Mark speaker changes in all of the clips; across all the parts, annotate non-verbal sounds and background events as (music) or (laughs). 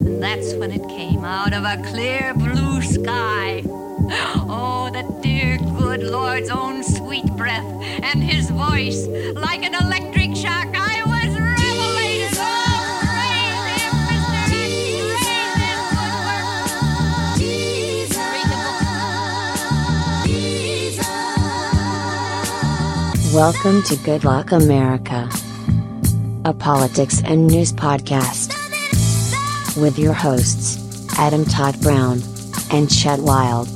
Speaker 1: And that's when it came out of a clear blue sky. Oh, the dear good Lord's own sweet breath and his voice like an electric shock. I was revelated. Oh, praise him, Mr. Hicks. Praise his good work. Read the book.
Speaker 2: Welcome to Good Luck America, a politics and news podcast with your hosts, Adam Todd Brown and Chet Wild.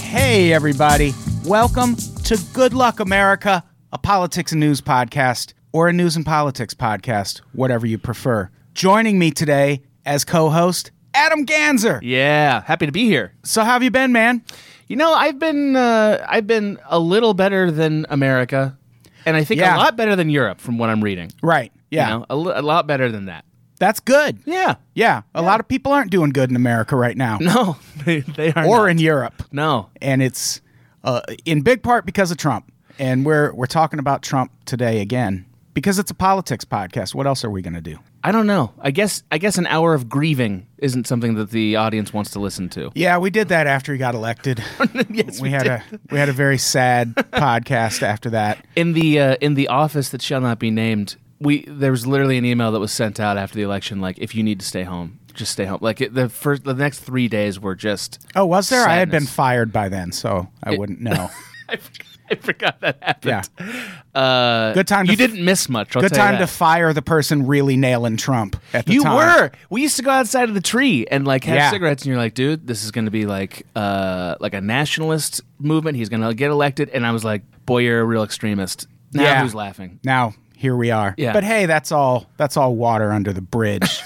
Speaker 3: Hey, everybody. Welcome to Good Luck America, a politics and news podcast, or a news and politics podcast, whatever you prefer. Joining me today as co host, Adam Ganzer.
Speaker 4: Yeah, happy to be here.
Speaker 3: So, how have you been, man?
Speaker 4: You know, I've been uh, I've been a little better than America, and I think
Speaker 3: Yeah.
Speaker 4: a lot better than Europe from what I'm reading.
Speaker 3: Right. Yeah.
Speaker 4: you know, a, l- a lot better than that.
Speaker 3: That's good.
Speaker 4: Yeah,
Speaker 3: Yeah. A lot of people aren't doing good in America right now
Speaker 4: (laughs) no, they, they are
Speaker 3: or
Speaker 4: not.
Speaker 3: in Europe.
Speaker 4: no.
Speaker 3: And it's uh, in big part because of Trump. And we're, we're talking about Trump today again because it's a politics podcast. What else are we going to do?
Speaker 4: I don't know. I guess I guess an hour of grieving isn't something that the audience wants to listen to.
Speaker 3: Yeah, we did that after he got
Speaker 4: (laughs)
Speaker 3: elected. yes, we, had a we had a very sad podcast after that.
Speaker 4: In the uh, in the office that shall not be named, we there was literally an email that was sent out after the election. Like, if you need to stay home, just stay home. Like it, the first the next three days were just.
Speaker 3: Oh, was there? I had been
Speaker 4: Sadness.
Speaker 3: fired by then, so I wouldn't
Speaker 4: (laughs)
Speaker 3: know.
Speaker 4: I, forgot, I forgot that
Speaker 3: yeah,
Speaker 4: happened. Uh,
Speaker 3: Good time to
Speaker 4: You
Speaker 3: f-
Speaker 4: didn't miss much. I'll
Speaker 3: good
Speaker 4: tell you
Speaker 3: time to
Speaker 4: that.
Speaker 3: fire the person really nailing Trump at the
Speaker 4: you
Speaker 3: time.
Speaker 4: were. We used to go outside of the tree and like have
Speaker 3: Yeah.
Speaker 4: cigarettes, and you're like, dude, this is going to be like uh like a nationalist movement. He's going to get elected, and I was like, boy, you're a real extremist. Now
Speaker 3: Yeah.
Speaker 4: who's (laughs) laughing?
Speaker 3: Now here we are.
Speaker 4: Yeah.
Speaker 3: But hey, that's all. That's all water under the
Speaker 4: (laughs)
Speaker 3: bridge.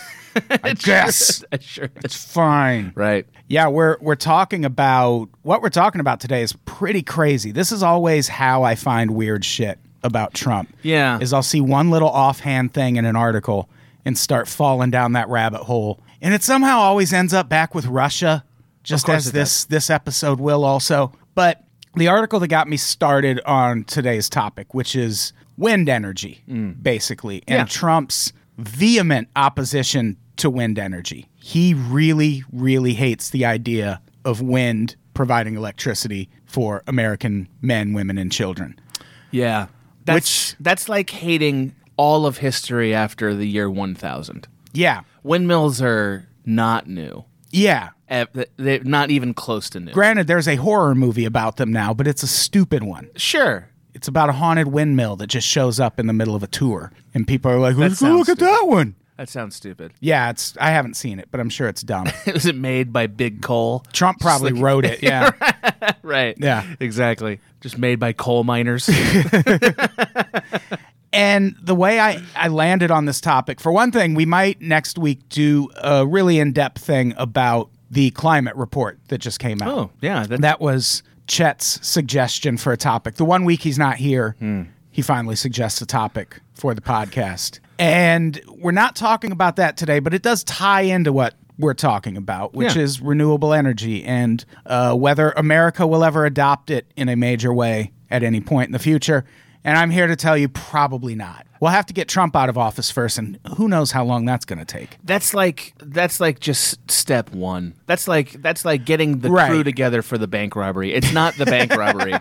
Speaker 3: I guess
Speaker 4: sure.
Speaker 3: it's fine.
Speaker 4: Right.
Speaker 3: Yeah, we're we're talking about what we're talking about today is pretty crazy. This is always how I find weird shit about Trump.
Speaker 4: Yeah.
Speaker 3: Is I'll see one little offhand thing in an article and start falling down that rabbit hole. And it somehow always ends up back with Russia, just
Speaker 4: course
Speaker 3: as
Speaker 4: it
Speaker 3: this this episode will also. But the article that got me started on today's topic, which is wind energy, basically, and
Speaker 4: Mm. Yeah.
Speaker 3: Trump's vehement opposition to wind energy. He really, really hates the idea of wind providing electricity for American men, women, and children.
Speaker 4: Yeah. That's that's like hating all of history after the year 1000.
Speaker 3: Yeah.
Speaker 4: Windmills are not new.
Speaker 3: Yeah.
Speaker 4: Eh, th- They're not even close to new.
Speaker 3: Granted, there's a horror movie about them now, but it's a stupid one.
Speaker 4: sure.
Speaker 3: It's about a haunted windmill that just shows up in the middle of a tour, and people are like, "Let's go
Speaker 4: sounds
Speaker 3: look at that one."
Speaker 4: That sounds stupid.
Speaker 3: Yeah, it's. I haven't seen it, but I'm sure it's
Speaker 4: (laughs)
Speaker 3: dumb.
Speaker 4: Was it made by Big Coal?
Speaker 3: Trump probably wrote it. Yeah,
Speaker 4: (laughs) Right.
Speaker 3: Yeah.
Speaker 4: Exactly. Just made by
Speaker 3: (laughs)
Speaker 4: coal miners.
Speaker 3: And the way I, I landed on this topic, for one thing, we might next week do a really in depth thing about the climate report that just came out.
Speaker 4: Oh, yeah, that-
Speaker 3: That was Chet's suggestion for a topic. The one week he's not here, he finally suggests a topic for the podcast. And we're not talking about that today, but it does tie into what we're talking about, which
Speaker 4: Yeah.
Speaker 3: is renewable energy and uh, whether America will ever adopt it in a major way at any point in the future. And I'm here to tell you, probably not. We'll have to get Trump out of office first, and who knows how long that's going to take.
Speaker 4: that's like that's like just step one. That's like that's like getting the
Speaker 3: Right.
Speaker 4: crew together for the bank robbery. It's not the
Speaker 3: (laughs)
Speaker 4: bank robbery.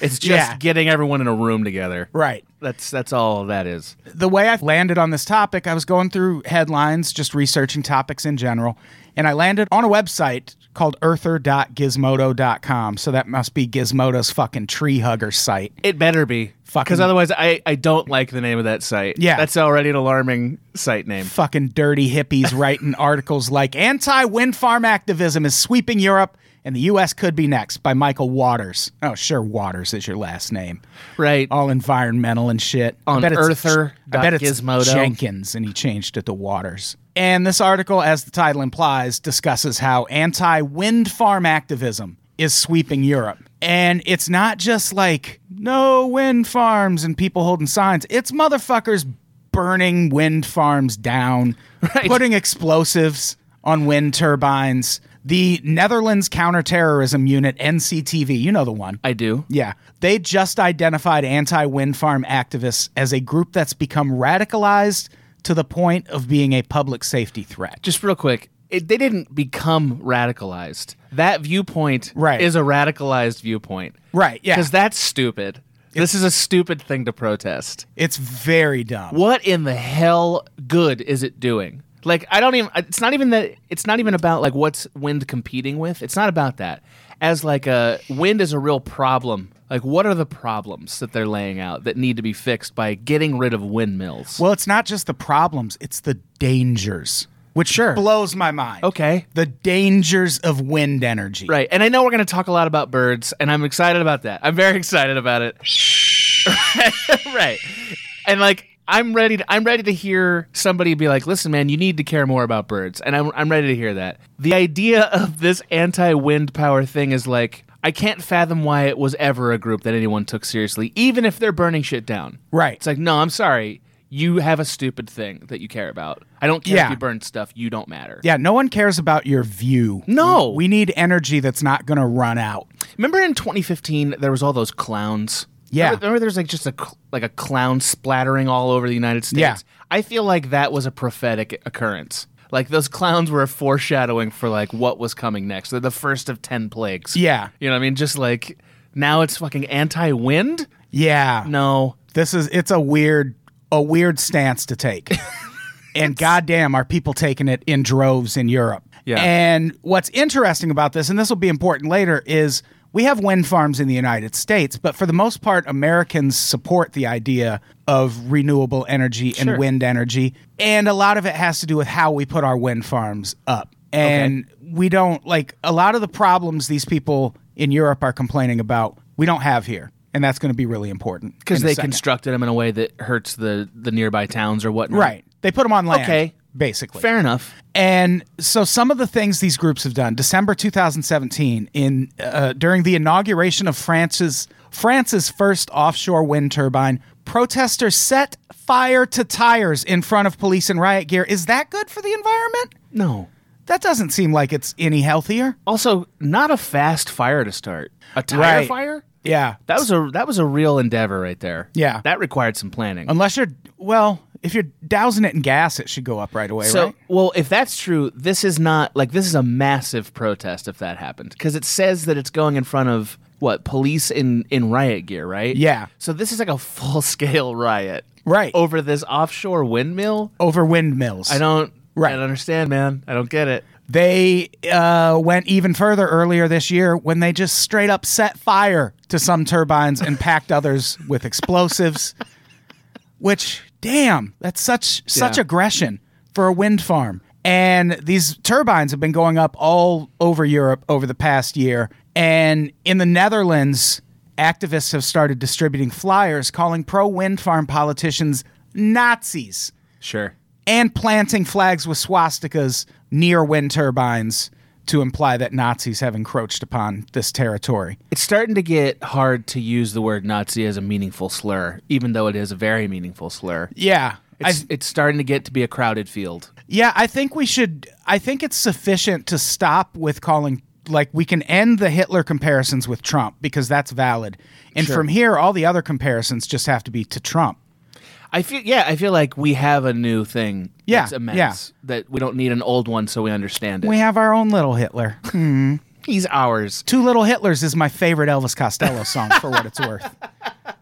Speaker 4: It's just
Speaker 3: Yeah.
Speaker 4: getting everyone in a room together.
Speaker 3: Right.
Speaker 4: That's that's all that is.
Speaker 3: the way I landed on this topic, I was going through headlines, just researching topics in general, and I landed on a website called earther.gizmodo.com. So that must be Gizmodo's fucking tree hugger site.
Speaker 4: It better be.
Speaker 3: Fucking-
Speaker 4: Because otherwise I, I don't like the name of that site.
Speaker 3: Yeah.
Speaker 4: That's already an alarming site name.
Speaker 3: Fucking dirty hippies writing articles like anti wind farm activism is sweeping Europe and the US could be next by Michael Waters. Oh, sure, Waters is your last name.
Speaker 4: Right.
Speaker 3: All environmental and shit. I
Speaker 4: On
Speaker 3: bet it's-
Speaker 4: Earther
Speaker 3: I
Speaker 4: dot
Speaker 3: bet it's
Speaker 4: Gizmodo.
Speaker 3: Jenkins, and he changed it to Waters. And this article, as the title implies, discusses how anti wind farm activism is sweeping Europe. And it's not just like no wind farms and people holding signs, it's motherfuckers burning wind farms down,
Speaker 4: (laughs) Right.
Speaker 3: putting explosives on wind turbines. The Netherlands Counterterrorism Unit, NCTV, you know the one.
Speaker 4: I do.
Speaker 3: Yeah. They just identified anti wind farm activists as a group that's become radicalized to the point of being a public safety threat.
Speaker 4: Just real quick, it, they didn't become radicalized. That viewpoint
Speaker 3: Right.
Speaker 4: is a radicalized viewpoint.
Speaker 3: Right, yeah.
Speaker 4: Because that's stupid. this is a stupid thing to protest.
Speaker 3: It's very dumb.
Speaker 4: What in the hell good is it doing? Like I don't even it's not even that it's not even about like what's wind competing with. It's not about that. As like a wind is a real problem. Like what are the problems that they're laying out that need to be fixed by getting rid of windmills?
Speaker 3: Well, it's not just the problems, it's the dangers, which
Speaker 4: Sure.
Speaker 3: blows my mind.
Speaker 4: okay.
Speaker 3: The dangers of wind energy.
Speaker 4: Right. And I know we're going to talk a lot about birds, and I'm excited about that. I'm very excited about it. (laughs) right. And like, I'm ready. To, I'm ready to hear somebody be like, "Listen, man, you need to care more about birds," and I'm, I'm ready to hear that. The idea of this anti-wind power thing is like, I can't fathom why it was ever a group that anyone took seriously, even if they're burning shit down.
Speaker 3: Right.
Speaker 4: It's like, no, I'm sorry, you have a stupid thing that you care about. I don't care
Speaker 3: Yeah.
Speaker 4: if you burn stuff. You don't matter.
Speaker 3: yeah, no one cares about your view.
Speaker 4: No.
Speaker 3: We need energy that's not going to run out.
Speaker 4: Remember in 2015, there was all those clowns.
Speaker 3: Yeah.
Speaker 4: remember, remember there's like just a cl- like a clown splattering all over the United States.
Speaker 3: Yeah.
Speaker 4: I feel like that was a prophetic occurrence. Like those clowns were a foreshadowing for like what was coming next. They're the first of ten plagues.
Speaker 3: Yeah.
Speaker 4: you know what I mean. Just like now, it's fucking anti-wind.
Speaker 3: Yeah.
Speaker 4: No,
Speaker 3: This is it's a weird a weird stance to
Speaker 4: (laughs)
Speaker 3: take. and goddamn are people taking it in droves in Europe.
Speaker 4: Yeah.
Speaker 3: And what's interesting about this and this will be important later is we have wind farms in the United States, but for the most part Americans support the idea of renewable energy and
Speaker 4: Sure.
Speaker 3: wind energy, and a lot of it has to do with how we put our wind farms up. And we don't like a lot of the problems these people in Europe are complaining about, we don't have here. And that's going to be really important
Speaker 4: because
Speaker 3: in a
Speaker 4: they
Speaker 3: second.
Speaker 4: constructed them in a way that hurts the the nearby towns or whatnot.
Speaker 3: Right. They put them on land.
Speaker 4: Okay.
Speaker 3: Basically.
Speaker 4: Fair enough.
Speaker 3: And so some of the things these groups have done. December 2017, in uh, during the inauguration of France's France's first offshore wind turbine, protesters set fire to tires in front of police in riot gear. Is that good for the environment?
Speaker 4: No.
Speaker 3: That doesn't seem like it's any healthier.
Speaker 4: Also, not a fast fire to start. A tire
Speaker 3: Right.
Speaker 4: fire.
Speaker 3: Yeah.
Speaker 4: That was a that was a real endeavor right there.
Speaker 3: Yeah.
Speaker 4: that required some planning.
Speaker 3: Unless you're well, if you're dousing it in gas, it should go up right away,
Speaker 4: so,
Speaker 3: right?
Speaker 4: well, if that's true, this is not like this is a massive protest if that happened because it says that it's going in front of what police in in riot gear, right?
Speaker 3: Yeah.
Speaker 4: So this is like a (laughs) full scale riot,
Speaker 3: Right.
Speaker 4: Over this offshore windmill.
Speaker 3: Over windmills.
Speaker 4: I don't.
Speaker 3: Right.
Speaker 4: I don't understand, man. I don't get it.
Speaker 3: They uh, went even further earlier this year when they just straight up set fire to some turbines and packed others with explosives. Which, damn, that's such such
Speaker 4: Yeah.
Speaker 3: aggression for a wind farm. And these turbines have been going up all over Europe over the past year. And in the Netherlands, activists have started distributing flyers calling pro wind farm politicians Nazis
Speaker 4: Sure.
Speaker 3: and planting flags with swastikas near wind turbines to imply that Nazis have encroached upon this territory.
Speaker 4: It's starting to get hard to use the word Nazi as a meaningful slur, even though it is a very meaningful slur.
Speaker 3: Yeah. I,
Speaker 4: It's, it's starting to get to be a crowded field.
Speaker 3: yeah, I think we should I think it's sufficient to stop with calling like we can end the Hitler comparisons with Trump because that's valid. And from here all the other comparisons just have to be to Trump.
Speaker 4: I feel yeah, I feel like we have a new thing
Speaker 3: Yeah,
Speaker 4: that's immense
Speaker 3: yeah.
Speaker 4: that we don't need an old one so we understand it.
Speaker 3: We have our own little Hitler.
Speaker 4: He's ours.
Speaker 3: Two Little Hitlers is my favorite Elvis Costello song for what it's worth.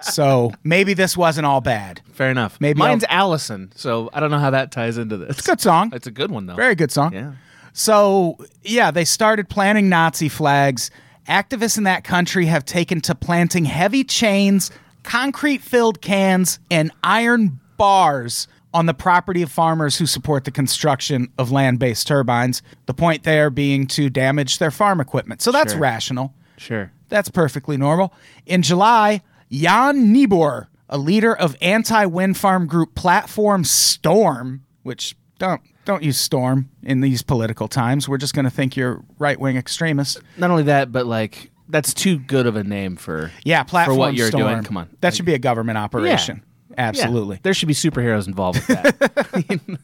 Speaker 3: So, maybe this wasn't all bad.
Speaker 4: Fair enough.
Speaker 3: Maybe
Speaker 4: mine's
Speaker 3: I'll-
Speaker 4: Allison, so I don't know how that ties into this.
Speaker 3: Good song.
Speaker 4: It's a good one though.
Speaker 3: Very good song.
Speaker 4: Yeah.
Speaker 3: So, yeah, they started planting Nazi flags. Activists in that country have taken to planting heavy chains, concrete filled cans, and iron bars on the property of farmers who support the construction of land based turbines. The point there being to damage their farm equipment. So that's
Speaker 4: Sure.
Speaker 3: rational.
Speaker 4: Sure.
Speaker 3: That's perfectly normal. In July, Jan Niebuhr, a leader of anti-wind farm group Platform Storm, which don't don't use storm in these political times. We're just going to think you're right-wing extremist.
Speaker 4: Not only that, but like that's too good of a name for
Speaker 3: Yeah, Platform
Speaker 4: for what you're
Speaker 3: Storm.
Speaker 4: doing. Come on.
Speaker 3: That should be a government operation.
Speaker 4: Yeah.
Speaker 3: Absolutely.
Speaker 4: There should be superheroes involved
Speaker 3: (laughs)
Speaker 4: with that.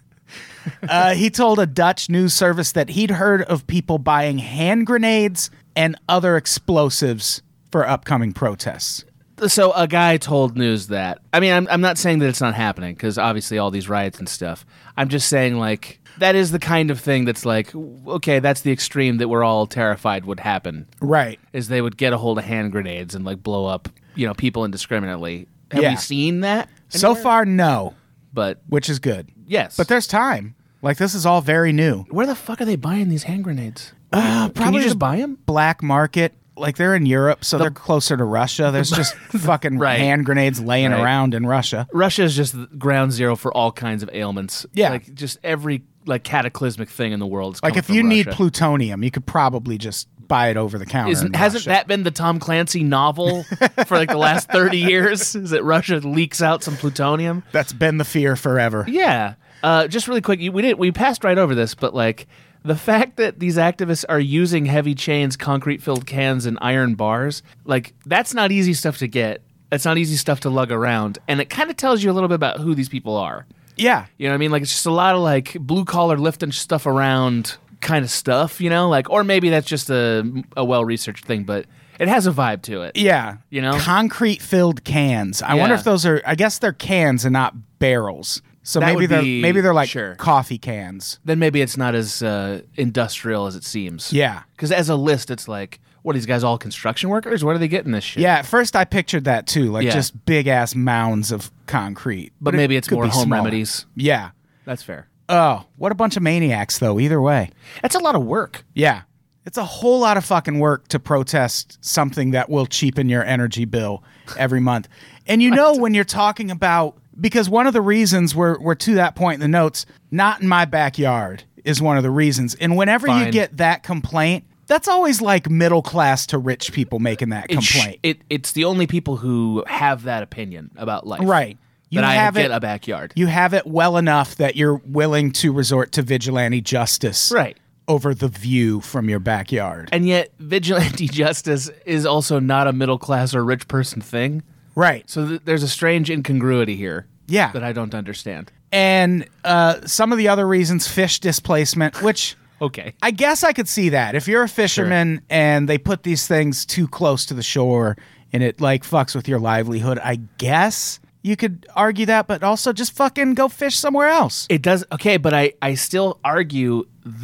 Speaker 3: Uh, he told a Dutch news service that he'd heard of people buying hand grenades and other explosives for upcoming protests.
Speaker 4: so a guy told news that I mean I'm I'm not saying that it's not happening because obviously all these riots and stuff. I'm just saying like that is the kind of thing that's like okay that's the extreme that we're all terrified would happen
Speaker 3: Right.
Speaker 4: is they would get a hold of hand grenades and like blow up you know people indiscriminately. Have
Speaker 3: Yeah.
Speaker 4: we seen that?
Speaker 3: So far, no,
Speaker 4: But
Speaker 3: which is good.
Speaker 4: yes.
Speaker 3: But there's time. Like this is all very new.
Speaker 4: where the fuck are they buying these hand grenades? Can
Speaker 3: Uh, probably
Speaker 4: you just
Speaker 3: the-
Speaker 4: buy them?
Speaker 3: Black market. Like they're in Europe, so they're closer to Russia. There's just fucking
Speaker 4: (laughs) Right.
Speaker 3: hand grenades laying
Speaker 4: Right.
Speaker 3: around in Russia.
Speaker 4: Russia is just the ground zero for all kinds of ailments.
Speaker 3: Yeah.
Speaker 4: like just every like cataclysmic thing in the world. Is
Speaker 3: Like
Speaker 4: coming
Speaker 3: if
Speaker 4: from
Speaker 3: you need
Speaker 4: Russia.
Speaker 3: plutonium, you could probably just buy it over the counter.
Speaker 4: Isn't-
Speaker 3: in
Speaker 4: hasn't
Speaker 3: Russia.
Speaker 4: that been the Tom Clancy novel for like the last thirty years? Is that Russia leaks out some plutonium?
Speaker 3: That's been the fear forever.
Speaker 4: Yeah. Uh, just really quick, you- we did we passed right over this, but like the fact that these activists are using heavy chains, concrete filled cans, and iron bars, like that's not easy stuff to get. That's not easy stuff to lug around, and it kind of tells you a little bit about who these people are.
Speaker 3: Yeah.
Speaker 4: You know what I mean? Like it's just a lot of like blue collar lifting stuff around kind of stuff. You know, like or maybe that's just a a well researched thing, but it has a vibe to it.
Speaker 3: Yeah.
Speaker 4: You know?
Speaker 3: concrete filled cans. I wonder
Speaker 4: Yeah.
Speaker 3: if those are I guess they're cans and not barrels. So
Speaker 4: That
Speaker 3: maybe
Speaker 4: would
Speaker 3: they're
Speaker 4: be-
Speaker 3: maybe they're like
Speaker 4: sure.
Speaker 3: coffee cans.
Speaker 4: Then maybe it's not as uh, industrial as it seems.
Speaker 3: Yeah.
Speaker 4: Because as a list, it's like, what are these guys all construction workers? What are they getting this shit?
Speaker 3: Yeah, at first I pictured that too, like
Speaker 4: Yeah.
Speaker 3: just big ass mounds of concrete.
Speaker 4: But,
Speaker 3: it
Speaker 4: maybe it's
Speaker 3: could
Speaker 4: more
Speaker 3: be
Speaker 4: home
Speaker 3: smaller.
Speaker 4: remedies.
Speaker 3: Yeah.
Speaker 4: That's fair.
Speaker 3: Oh, what a bunch of maniacs though, either way.
Speaker 4: That's a lot of work.
Speaker 3: Yeah. It's a whole lot of fucking work to protest something that will cheapen your energy bill every month. And you know when you're talking about because one of the reasons we're we're to that point in the notes, not in my backyard is one of the reasons. And whenever you
Speaker 4: Fine.
Speaker 3: get that complaint, that's always like middle class to rich people making that
Speaker 4: It sh-
Speaker 3: complaint.
Speaker 4: It, it's the only people who have that opinion about life.
Speaker 3: Right. You
Speaker 4: that I
Speaker 3: have
Speaker 4: get
Speaker 3: it-
Speaker 4: a backyard.
Speaker 3: you have it well enough that you're willing to resort to vigilante justice
Speaker 4: Right.
Speaker 3: over the view from your backyard.
Speaker 4: and yet, vigilante (laughs) justice is also not a middle class or rich person thing.
Speaker 3: right.
Speaker 4: So th- there's a strange incongruity here.
Speaker 3: Yeah.
Speaker 4: That I don't understand.
Speaker 3: and uh, some of the other reasons fish displacement which
Speaker 4: Okay.
Speaker 3: i guess i could see that if you're a fisherman and they put these things too close to the shore and it like fucks with your livelihood i guess you could argue that but also just fucking go fish somewhere else
Speaker 4: It does okay, but I I still argue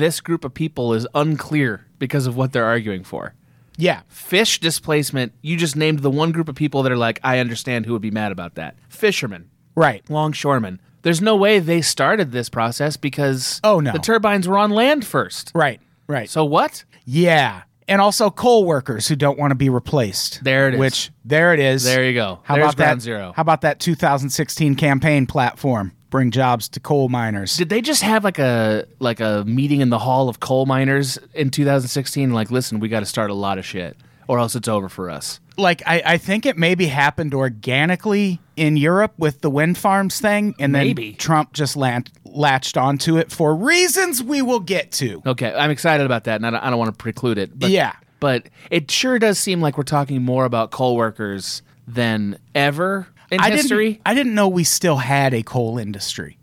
Speaker 4: this group of people is unclear because of what they're arguing for.
Speaker 3: yeah
Speaker 4: Fish displacement, you just named the one group of people that are like, I understand who would be mad about that. Fishermen,
Speaker 3: right
Speaker 4: longshoremen. There's no way they started this process because
Speaker 3: Oh, no.
Speaker 4: the turbines were on land first.
Speaker 3: right right
Speaker 4: So what?
Speaker 3: yeah and also coal workers who don't want to be replaced
Speaker 4: There it is.
Speaker 3: which there it is
Speaker 4: There you go.
Speaker 3: how
Speaker 4: There's
Speaker 3: about
Speaker 4: ground
Speaker 3: that
Speaker 4: zero.
Speaker 3: how about that 2016 campaign platform bring jobs to coal miners
Speaker 4: Did they just have like a like a meeting in the hall of coal miners in 2016? Like, listen, we got to start a lot of shit, or else it's over for us.
Speaker 3: like I, I think it maybe happened organically in Europe with the wind farms thing, and then
Speaker 4: Maybe.
Speaker 3: Trump just lant, latched onto it for reasons we will get to.
Speaker 4: Okay, I'm excited about that, and I don't, I don't want to preclude it. But,
Speaker 3: Yeah.
Speaker 4: but it sure does seem like we're talking more about coal workers than ever in
Speaker 3: I
Speaker 4: history.
Speaker 3: didn't I didn't know we still had a coal industry.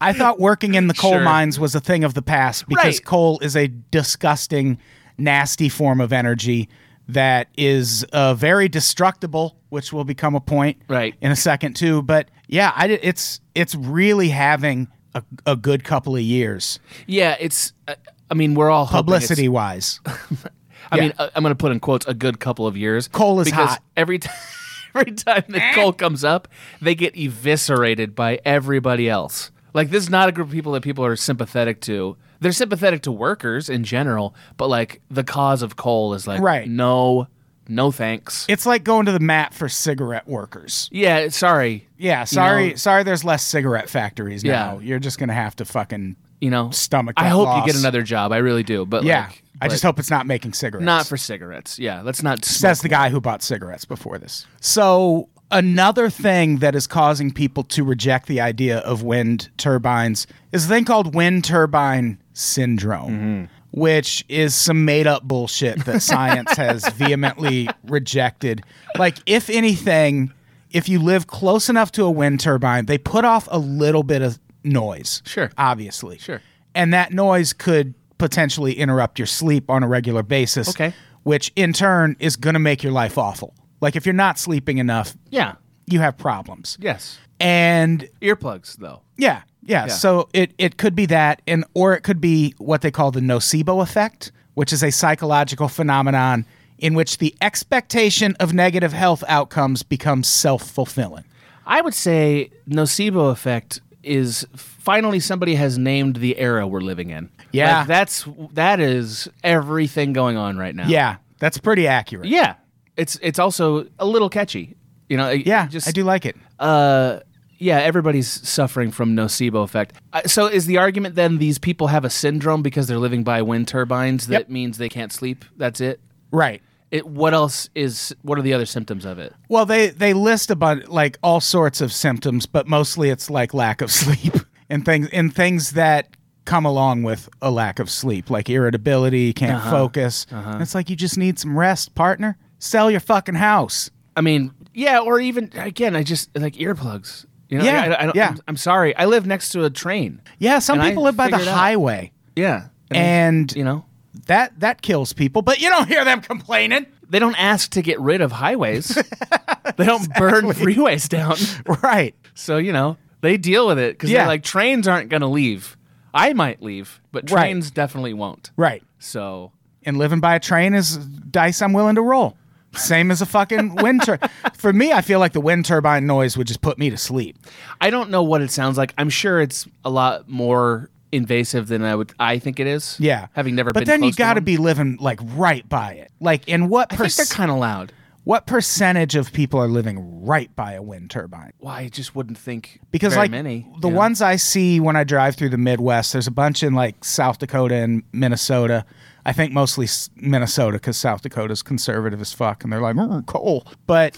Speaker 3: I thought working in the coal
Speaker 4: Sure.
Speaker 3: mines was a thing of the past because
Speaker 4: Right.
Speaker 3: coal is a disgusting, nasty form of energy that is uh, very destructible, which will become a point
Speaker 4: Right.
Speaker 3: in a second too. But yeah, I, di- it's it's really having a, a good couple of years
Speaker 4: Yeah, it's. Uh, I mean, we're all hoping it's-
Speaker 3: publicity wise.
Speaker 4: I
Speaker 3: yeah.
Speaker 4: mean, uh, I'm going to put in quotes a good couple of years.
Speaker 3: Coal is
Speaker 4: because
Speaker 3: hot. Eh?
Speaker 4: every time. (laughs) Every time that coal comes up, they get eviscerated by everybody else. Like this is not a group of people that people are sympathetic to. They're sympathetic to workers in general, but like the cause of coal is like
Speaker 3: Right.
Speaker 4: no, no thanks.
Speaker 3: It's like going to the mat for cigarette workers.
Speaker 4: Yeah, sorry.
Speaker 3: Yeah, sorry,
Speaker 4: know-
Speaker 3: sorry. There's less cigarette factories
Speaker 4: Yeah.
Speaker 3: now. You're just gonna have to fucking
Speaker 4: You know,
Speaker 3: Stomach
Speaker 4: I
Speaker 3: that
Speaker 4: hope
Speaker 3: loss.
Speaker 4: you get another job. I really do. But
Speaker 3: Yeah.
Speaker 4: like,
Speaker 3: I just
Speaker 4: but
Speaker 3: hope it's not making cigarettes.
Speaker 4: not for cigarettes. Yeah, let's not. Smoke.
Speaker 3: says the guy who bought cigarettes before this. So another thing that is causing people to reject the idea of wind turbines is a thing called wind turbine syndrome.
Speaker 4: Mm-hmm.
Speaker 3: Which is some made up bullshit that science
Speaker 4: (laughs)
Speaker 3: has vehemently rejected. Like, if anything, if you live close enough to a wind turbine, they put off a little bit of noise.
Speaker 4: Sure.
Speaker 3: Obviously.
Speaker 4: Sure.
Speaker 3: And that noise could potentially interrupt your sleep on a regular basis.
Speaker 4: Okay.
Speaker 3: Which in turn is going to make your life awful. Like if you're not sleeping enough,
Speaker 4: Yeah.
Speaker 3: you have problems.
Speaker 4: Yes.
Speaker 3: And
Speaker 4: Earplugs though.
Speaker 3: yeah, yeah,
Speaker 4: Yeah.
Speaker 3: So it it could be that, and or it could be what they call the nocebo effect, which is a psychological phenomenon in which the expectation of negative health outcomes becomes self fulfilling.
Speaker 4: I would say nocebo effect is finally somebody has named the era we're living in.
Speaker 3: Yeah.
Speaker 4: Like, that's that is everything going on right now.
Speaker 3: Yeah, that's pretty accurate.
Speaker 4: Yeah. It's it's also a little catchy. You know, it-
Speaker 3: yeah,
Speaker 4: just
Speaker 3: I do like it.
Speaker 4: uh yeah, everybody's suffering from nocebo effect. Uh, So is the argument then these people have a syndrome because they're living by wind turbines that
Speaker 3: Yep.
Speaker 4: means they can't sleep? That's it.
Speaker 3: Right.
Speaker 4: It what else is what are the other symptoms of it?
Speaker 3: Well, they they list about like all sorts of symptoms, but mostly it's like lack of (laughs) sleep and things and things that come along with a lack of sleep, like irritability, can't
Speaker 4: Uh-huh.
Speaker 3: focus. It's like you just need some rest, partner. Sell your fucking house.
Speaker 4: I mean, yeah, or even again, I just like earplugs. You know,
Speaker 3: Yeah,
Speaker 4: I, I, don't-
Speaker 3: yeah.
Speaker 4: I'm, I'm sorry. I live next to a train.
Speaker 3: Yeah, some
Speaker 4: And I
Speaker 3: people live by the
Speaker 4: figured it out.
Speaker 3: highway,
Speaker 4: Yeah,
Speaker 3: and
Speaker 4: you know,
Speaker 3: that that kills people. But you don't hear them complaining, (laughs)
Speaker 4: they don't ask to get rid of highways. they don't burn freeways down.
Speaker 3: right?
Speaker 4: So you know, they deal with it because
Speaker 3: Yeah.
Speaker 4: they're like trains aren't going to leave. I might leave, but
Speaker 3: Right.
Speaker 4: trains definitely won't.
Speaker 3: Right.
Speaker 4: So
Speaker 3: and living by a train is dice I'm willing to roll. Same as a fucking wind tur (laughs) For me, I feel like the wind turbine noise would just put me to sleep.
Speaker 4: I don't know what it sounds like. I'm sure it's a lot more invasive than I would. I think it is.
Speaker 3: Yeah,
Speaker 4: having never.
Speaker 3: But
Speaker 4: been
Speaker 3: then you
Speaker 4: close to
Speaker 3: got to
Speaker 4: one.
Speaker 3: be living like right by it. Like, and what
Speaker 4: I think they're
Speaker 3: perc-
Speaker 4: kind of loud.
Speaker 3: what percentage of people are living right by a wind turbine?
Speaker 4: Well, I just wouldn't think
Speaker 3: Because
Speaker 4: very
Speaker 3: like
Speaker 4: many.
Speaker 3: the
Speaker 4: you know?
Speaker 3: ones I see when I drive through the Midwest, there's a bunch in like South Dakota and Minnesota. I think mostly s- Minnesota because South Dakota's conservative as fuck, and they're like "Mm, coal.
Speaker 4: (laughs)
Speaker 3: But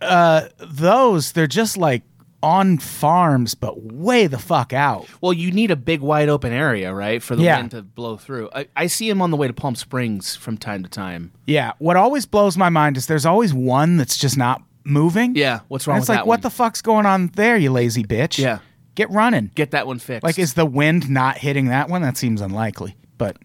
Speaker 3: uh, those they're just like on farms, but way the fuck out.
Speaker 4: Well, you need a big, wide open area, right, for the
Speaker 3: Yeah.
Speaker 4: wind to blow through. I, I see him on the way to Palm Springs from time to time.
Speaker 3: Yeah. What always blows my mind is there's always one that's just not moving.
Speaker 4: Yeah, what's wrong
Speaker 3: And it's
Speaker 4: with
Speaker 3: like,
Speaker 4: that
Speaker 3: what
Speaker 4: one?
Speaker 3: the fuck's going on there, you lazy bitch?
Speaker 4: Yeah.
Speaker 3: Get running.
Speaker 4: Get that one fixed.
Speaker 3: like, is the wind not hitting that one? That seems unlikely. But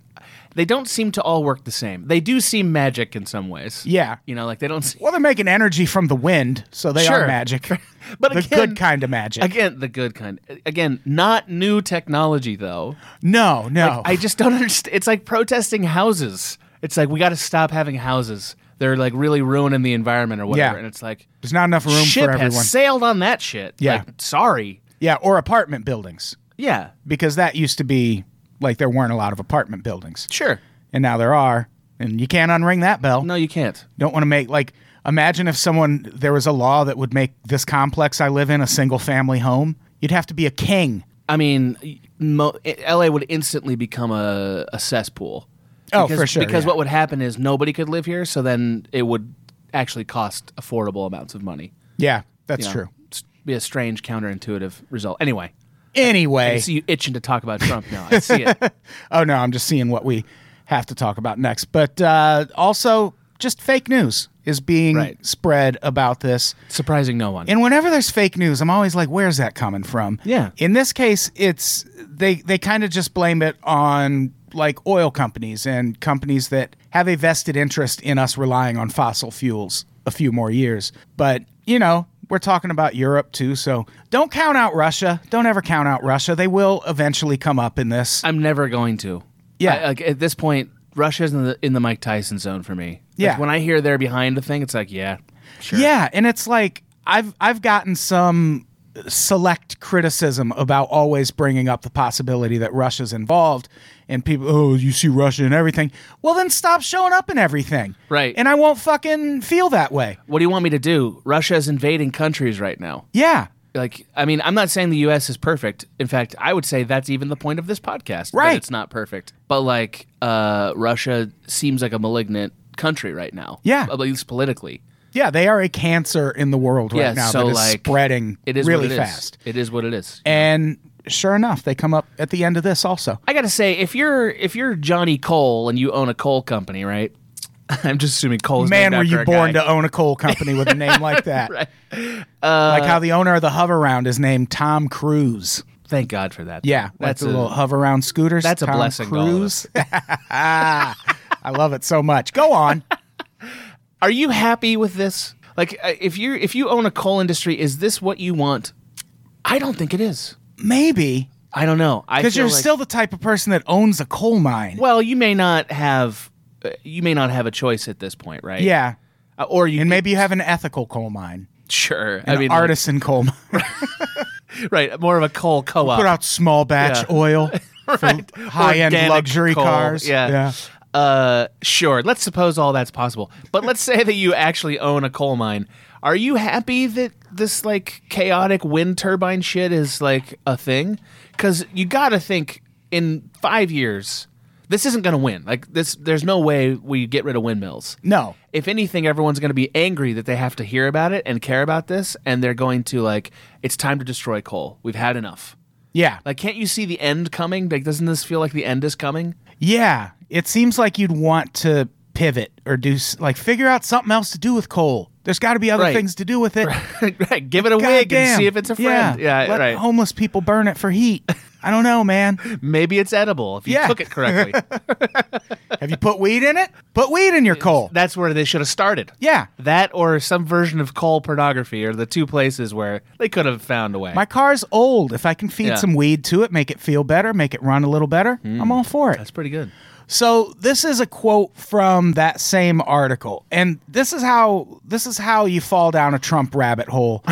Speaker 4: they don't seem to all work the same. They do seem magic in some ways.
Speaker 3: Yeah.
Speaker 4: you know, like they don't. Seem,
Speaker 3: well, they're making energy from the wind, so they are
Speaker 4: Sure.
Speaker 3: magic.
Speaker 4: (laughs) But
Speaker 3: the
Speaker 4: again-
Speaker 3: good kind of magic.
Speaker 4: Again, the good kind. Again, not new technology though.
Speaker 3: no, no.
Speaker 4: I just don't (laughs) understand. It's like protesting houses. It's like we got to stop having houses. They're like really ruining the environment or whatever.
Speaker 3: Yeah.
Speaker 4: And it's like
Speaker 3: There's not enough room
Speaker 4: ship
Speaker 3: for everyone.
Speaker 4: has sailed on that shit.
Speaker 3: Yeah.
Speaker 4: Like, sorry.
Speaker 3: yeah, or apartment buildings,
Speaker 4: Yeah,
Speaker 3: because that used to be like there weren't a lot of apartment buildings,
Speaker 4: sure.
Speaker 3: and now there are, and you can't unring that bell.
Speaker 4: No, you can't.
Speaker 3: Don't want to make like imagine if someone there was a law that would make this complex I live in a single family home. You'd have to be a king.
Speaker 4: I mean, y- mo- i- LA would instantly become a, a cesspool.
Speaker 3: Oh,
Speaker 4: because,
Speaker 3: for sure,
Speaker 4: Because
Speaker 3: yeah.
Speaker 4: what would happen is nobody could live here, so then it would actually cost affordable amounts of money.
Speaker 3: Yeah, that's
Speaker 4: you know?
Speaker 3: true.
Speaker 4: S- Be a strange, counterintuitive result. Anyway, I
Speaker 3: Anyway,
Speaker 4: see you itching to talk about Trump now. I see it. (laughs)
Speaker 3: oh no, I'm just seeing what we have to talk about next. But uh, also, just fake news is being
Speaker 4: Right.
Speaker 3: spread about this.
Speaker 4: Surprising no one.
Speaker 3: And whenever there's fake news, I'm always like, "Where's that coming from?"
Speaker 4: Yeah.
Speaker 3: In this case, it's they they kind of just blame it on like oil companies and companies that have a vested interest in us relying on fossil fuels a few more years. But you know, we're talking about Europe too, so don't count out Russia. Don't ever count out Russia. They will eventually come up in this.
Speaker 4: I'm never going to.
Speaker 3: Yeah.
Speaker 4: I- like at this point, Russia's in the in the Mike Tyson zone for me. Like,
Speaker 3: Yeah.
Speaker 4: when I hear they're behind the thing, it's like, yeah, sure.
Speaker 3: Yeah, and it's like I've I've gotten some select criticism about always bringing up the possibility that Russia's involved and people oh you see Russia in everything. Well then stop showing up in everything.
Speaker 4: Right.
Speaker 3: And I won't fucking feel that way.
Speaker 4: What do you want me to do? Russia's invading countries right now.
Speaker 3: Yeah.
Speaker 4: like I mean, I'm not saying the U.S. is perfect. In fact, I would say that's even the point of this podcast. that
Speaker 3: Right.
Speaker 4: it's not perfect, but like uh, Russia seems like a malignant country right now.
Speaker 3: Yeah.
Speaker 4: at least politically.
Speaker 3: Yeah, they are a cancer in the world right
Speaker 4: yeah,
Speaker 3: now
Speaker 4: so
Speaker 3: that is
Speaker 4: like
Speaker 3: spreading
Speaker 4: It is
Speaker 3: really
Speaker 4: what it is.
Speaker 3: fast.
Speaker 4: It is what it is.
Speaker 3: And sure enough, they come up at the end of this also.
Speaker 4: I gotta say, if you're if you're Johnny Cole and you own a coal company, right? (laughs) I'm just assuming coal. Is
Speaker 3: Man,
Speaker 4: named
Speaker 3: were
Speaker 4: after
Speaker 3: you
Speaker 4: a
Speaker 3: born
Speaker 4: guy. Uh,
Speaker 3: to own a coal company with a name
Speaker 4: (laughs)
Speaker 3: like that? like how the owner of the hover round is named Tom Cruise.
Speaker 4: Thank God for that.
Speaker 3: Yeah, that's
Speaker 4: that's a
Speaker 3: the little hover around scooters.
Speaker 4: that's a
Speaker 3: Tom
Speaker 4: blessing to all of
Speaker 3: Cruise. (laughs) I love it so much. Go on.
Speaker 4: Are you happy with this? Like uh, if you if you own a coal industry, is this what you want? I don't think it is.
Speaker 3: Maybe.
Speaker 4: I don't know. I
Speaker 3: Because
Speaker 4: feel
Speaker 3: you're
Speaker 4: like-
Speaker 3: still the type of person that owns a coal mine.
Speaker 4: well. You may not have uh, you may not have a choice at this point, right?
Speaker 3: Yeah.
Speaker 4: Uh, or you
Speaker 3: And maybe you have an ethical coal mine,
Speaker 4: sure.
Speaker 3: an
Speaker 4: I mean, like-
Speaker 3: artisan coal mine.
Speaker 4: right? More of a coal co-op.
Speaker 3: Put out small batch
Speaker 4: uh, Yeah. (laughs)
Speaker 3: oil for high end
Speaker 4: Organic
Speaker 3: luxury
Speaker 4: coal,
Speaker 3: cars.
Speaker 4: Yeah. Uh, sure. Let's suppose all that's possible. But let's (laughs) say that you actually own a coal mine. Are you happy that this like chaotic wind turbine shit is like a thing? Because you got to think in five years, this isn't going to win. Like this, there's no way we get rid of windmills.
Speaker 3: No.
Speaker 4: If anything, everyone's going to be angry that they have to hear about it and care about this, and they're going to like, it's time to destroy coal. We've had enough.
Speaker 3: Yeah.
Speaker 4: Like, can't you see the end coming? Like, doesn't this feel like the end is coming? (laughs)
Speaker 3: Yeah, it seems like you'd want to pivot or do s- like figure out something else to do with coal. There's got to be other
Speaker 4: Right.
Speaker 3: things to do with
Speaker 4: (laughs)
Speaker 3: it.
Speaker 4: right, give it a wig and
Speaker 3: Goddamn.
Speaker 4: see if it's a friend. Yeah,
Speaker 3: let
Speaker 4: right.
Speaker 3: Homeless people burn it for heat. I don't know, man.
Speaker 4: Maybe it's edible if you
Speaker 3: Yeah.
Speaker 4: cook it correctly.
Speaker 3: (laughs) Have you put weed in it? Put weed in your coal.
Speaker 4: That's where they should have started.
Speaker 3: Yeah.
Speaker 4: That or some version of coal pornography are the two places where they could have found a way.
Speaker 3: My car's old. If I can feed
Speaker 4: Yeah. Hmm.
Speaker 3: some weed to it, make it feel better, make it run a little better, I'm all for it.
Speaker 4: That's pretty good.
Speaker 3: So this is a quote from that same article. And this is how this is how you fall down a Trump rabbit
Speaker 4: (laughs)
Speaker 3: hole.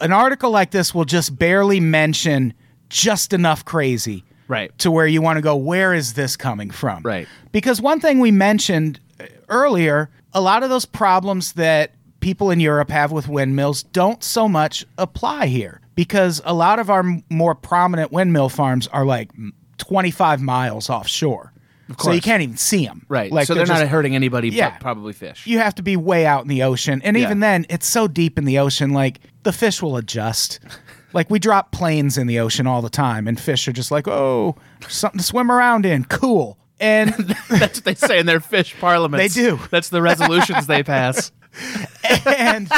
Speaker 3: An article like this will just barely mention just enough crazy.
Speaker 4: Right.
Speaker 3: To where you want to go, where is this coming from?
Speaker 4: Right.
Speaker 3: Because one thing we mentioned uh, earlier, a lot of those problems that people in Europe have with windmills don't so much apply here because a lot of our m- more prominent windmill farms are like m- 25 miles offshore. So you
Speaker 4: course.
Speaker 3: can't even see them.
Speaker 4: Right. so they're, not
Speaker 3: just-
Speaker 4: hurting anybody but
Speaker 3: Yeah.
Speaker 4: probably fish.
Speaker 3: you have to be way out in the ocean. And
Speaker 4: Yeah.
Speaker 3: even then, it's so deep in the ocean, like the fish will
Speaker 4: (laughs)
Speaker 3: adjust. like we drop planes in the ocean all the time, and fish are just like, oh, something to swim around in. Cool.
Speaker 4: (laughs)
Speaker 3: And
Speaker 4: (laughs) That's what they say in their fish parliaments.
Speaker 3: They do.
Speaker 4: That's the resolutions they pass. (laughs)
Speaker 3: and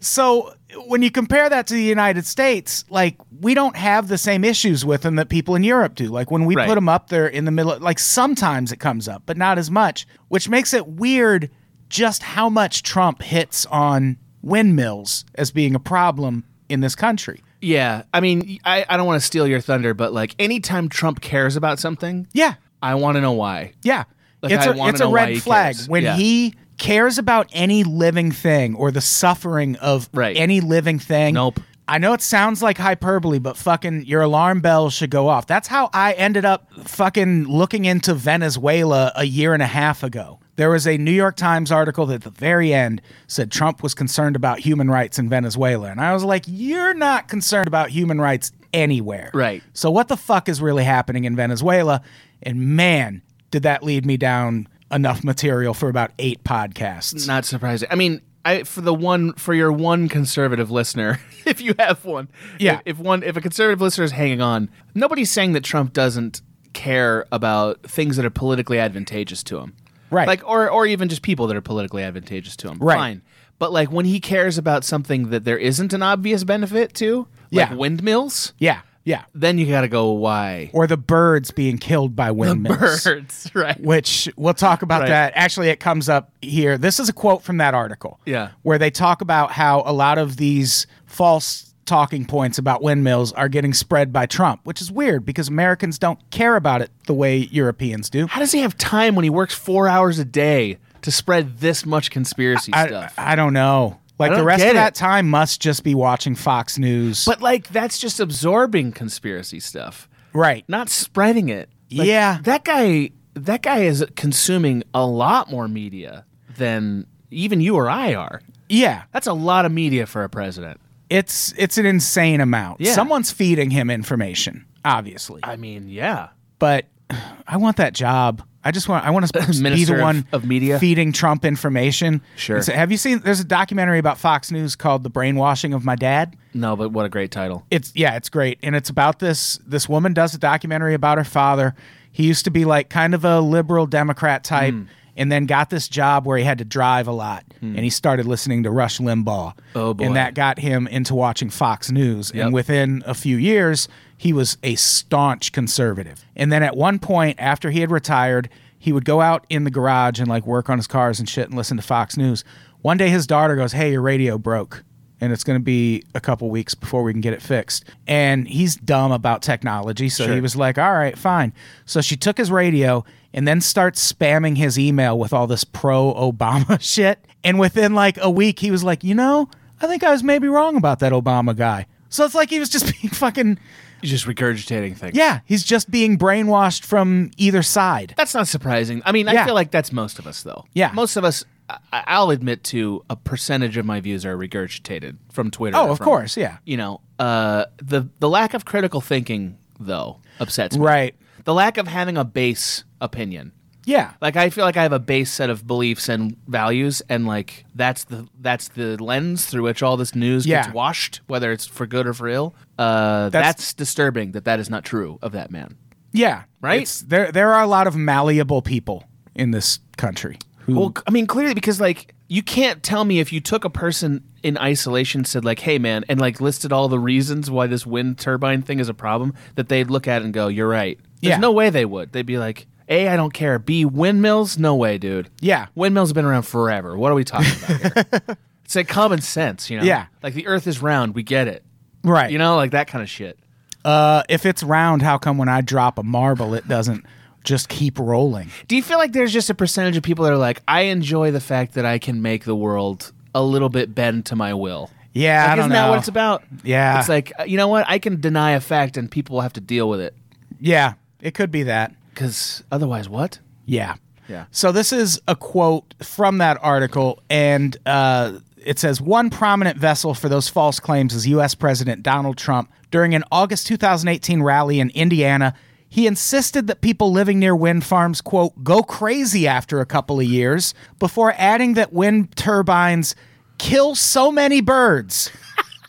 Speaker 3: so when you compare that to the United States, like we don't have the same issues with them that people in Europe do. Like when we put
Speaker 4: Right.
Speaker 3: 'em put them up there in the middle, like sometimes it comes up, but not as much, which makes it weird just how much Trump hits on windmills as being a problem in this country.
Speaker 4: Yeah. I mean, I, I don't want to steal your thunder, but like anytime Trump cares about something,
Speaker 3: Yeah.
Speaker 4: I want to know why.
Speaker 3: Yeah.
Speaker 4: Like,
Speaker 3: it's
Speaker 4: I
Speaker 3: a
Speaker 4: wanna
Speaker 3: it's a
Speaker 4: know why
Speaker 3: red
Speaker 4: he
Speaker 3: flag.
Speaker 4: cares.
Speaker 3: When
Speaker 4: Yeah.
Speaker 3: he cares about any living thing or the suffering of
Speaker 4: Right.
Speaker 3: any living thing.
Speaker 4: Nope.
Speaker 3: I know it sounds like hyperbole, but fucking your alarm bell should go off. That's how I ended up fucking looking into Venezuela a year and a half ago. There was a New York Times article that at the very end said Trump was concerned about human rights in Venezuela. And I was like, you're not concerned about human rights anywhere.
Speaker 4: Right.
Speaker 3: So what the fuck is really happening in Venezuela? And man, did that lead me down enough material for about eight podcasts.
Speaker 4: Not surprising. I mean, I for the one for your one conservative listener, (laughs) if you have one,
Speaker 3: Yeah.
Speaker 4: If, if one, if a conservative listener is hanging on, nobody's saying that Trump doesn't care about things that are politically advantageous to him,
Speaker 3: Right.
Speaker 4: Like, or or even just people that are politically advantageous to him,
Speaker 3: Right.
Speaker 4: Fine. But like when he cares about something that there isn't an obvious benefit to, like
Speaker 3: Yeah.
Speaker 4: windmills,
Speaker 3: Yeah, yeah.
Speaker 4: then you got to go why
Speaker 3: Or the birds being killed by windmills. (laughs)
Speaker 4: birds, right?
Speaker 3: Which we'll talk about
Speaker 4: Right.
Speaker 3: that. Actually, it comes up here. This is a quote from that article.
Speaker 4: Yeah.
Speaker 3: Where they talk about how a lot of these false talking points about windmills are getting spread by Trump, which is weird because Americans don't care about it the way Europeans do.
Speaker 4: How does he have time when he works four hours a day to spread this much conspiracy
Speaker 3: I,
Speaker 4: stuff?
Speaker 3: I don't know. Like
Speaker 4: I
Speaker 3: the
Speaker 4: don't
Speaker 3: rest of
Speaker 4: get
Speaker 3: that
Speaker 4: it.
Speaker 3: time must just be watching Fox News.
Speaker 4: But like that's just absorbing conspiracy stuff,
Speaker 3: right.
Speaker 4: not spreading it. Like,
Speaker 3: Yeah.
Speaker 4: that guy, that guy is consuming a lot more media than even you or I are.
Speaker 3: Yeah.
Speaker 4: That's a lot of media for a president.
Speaker 3: It's it's an insane amount.
Speaker 4: Yeah.
Speaker 3: Someone's feeding him information, obviously.
Speaker 4: I mean, yeah,
Speaker 3: but I want that job. I just want I
Speaker 4: (laughs)
Speaker 3: want to be
Speaker 4: Minister
Speaker 3: the
Speaker 4: of-
Speaker 3: one
Speaker 4: of media?
Speaker 3: feeding Trump information.
Speaker 4: Sure.
Speaker 3: It's- have you seen there's a documentary about Fox News called The Brainwashing of My Dad?
Speaker 4: no, but what a great title.
Speaker 3: it's yeah, it's great, and it's about this this woman does a documentary about her father. He used to be like kind of a liberal Democrat type,
Speaker 4: Hmm.
Speaker 3: and then got this job where he had to drive a lot, and he started listening to Rush Limbaugh.
Speaker 4: Oh, boy.
Speaker 3: And that got him into watching Fox News,
Speaker 4: Yep.
Speaker 3: and within a few years, he was a staunch conservative. And then at one point, after he had retired. he would go out in the garage and like work on his cars and shit and listen to Fox News. One day his daughter goes, "Hey, your radio broke." And it's going to be a couple weeks before we can get it fixed. And he's dumb about technology, so he
Speaker 4: Sure.
Speaker 3: was like, "All right, fine." So she took his radio and then starts spamming his email with all this pro-Obama (laughs) shit. And within like a week, he was like, "You know, I think I was maybe wrong about that Obama guy." So it's like he was just (laughs) being fucking
Speaker 4: You're just regurgitating things.
Speaker 3: yeah, he's just being brainwashed from either side.
Speaker 4: That's not surprising. I mean,
Speaker 3: Yeah.
Speaker 4: I feel like that's most of us, though.
Speaker 3: Yeah.
Speaker 4: Most of us, I- I'll admit to a percentage of my views are regurgitated from Twitter.
Speaker 3: Oh,
Speaker 4: or
Speaker 3: of
Speaker 4: from-
Speaker 3: course, yeah.
Speaker 4: You know, uh, the the lack of critical thinking though upsets me.
Speaker 3: Right.
Speaker 4: The lack of having a base opinion.
Speaker 3: Yeah.
Speaker 4: Like I feel like I have a base set of beliefs and values, and like that's the that's the lens through which all this news
Speaker 3: Yeah.
Speaker 4: gets washed, whether it's for good or for ill. Uh, that's, disturbing that that is not true of that man.
Speaker 3: Yeah.
Speaker 4: Right?
Speaker 3: It's, there there are a lot of malleable people in this country who
Speaker 4: Well, c- I mean, clearly because like you can't tell me if you took a person in isolation, said like, "Hey, man," and like listed all the reasons why this wind turbine thing is a problem, that they'd look at it and go, "You're right." There's
Speaker 3: Yeah.
Speaker 4: no way they would. They'd be like, "A, I don't care." B, windmills? No way, dude.
Speaker 3: Yeah.
Speaker 4: windmills have been around forever. What are we talking about here?
Speaker 3: (laughs)
Speaker 4: it's like common sense, you know.
Speaker 3: Yeah.
Speaker 4: like the Earth is round. We get it.
Speaker 3: Right.
Speaker 4: You know, like that kind of shit.
Speaker 3: uh, if it's round, how come when I drop a marble it doesn't just keep rolling?
Speaker 4: Do you feel like there's just a percentage of people that are like, I enjoy the fact that I can make the world a little bit bend to my will?
Speaker 3: Yeah,
Speaker 4: Like,
Speaker 3: I don't
Speaker 4: isn't that
Speaker 3: know.
Speaker 4: what it's about?
Speaker 3: Yeah.
Speaker 4: It's like, uh, you know what? I can deny a fact and people will have to deal with it.
Speaker 3: Yeah. It could be that.
Speaker 4: Because otherwise, what?
Speaker 3: Yeah.
Speaker 4: Yeah.
Speaker 3: So this is a quote from that article, and uh, it says one prominent vessel for those false claims is U.S. President Donald Trump. During an August 2018 rally in Indiana, he insisted that people living near wind farms quote go crazy after a couple of years, before adding that wind turbines kill so many birds.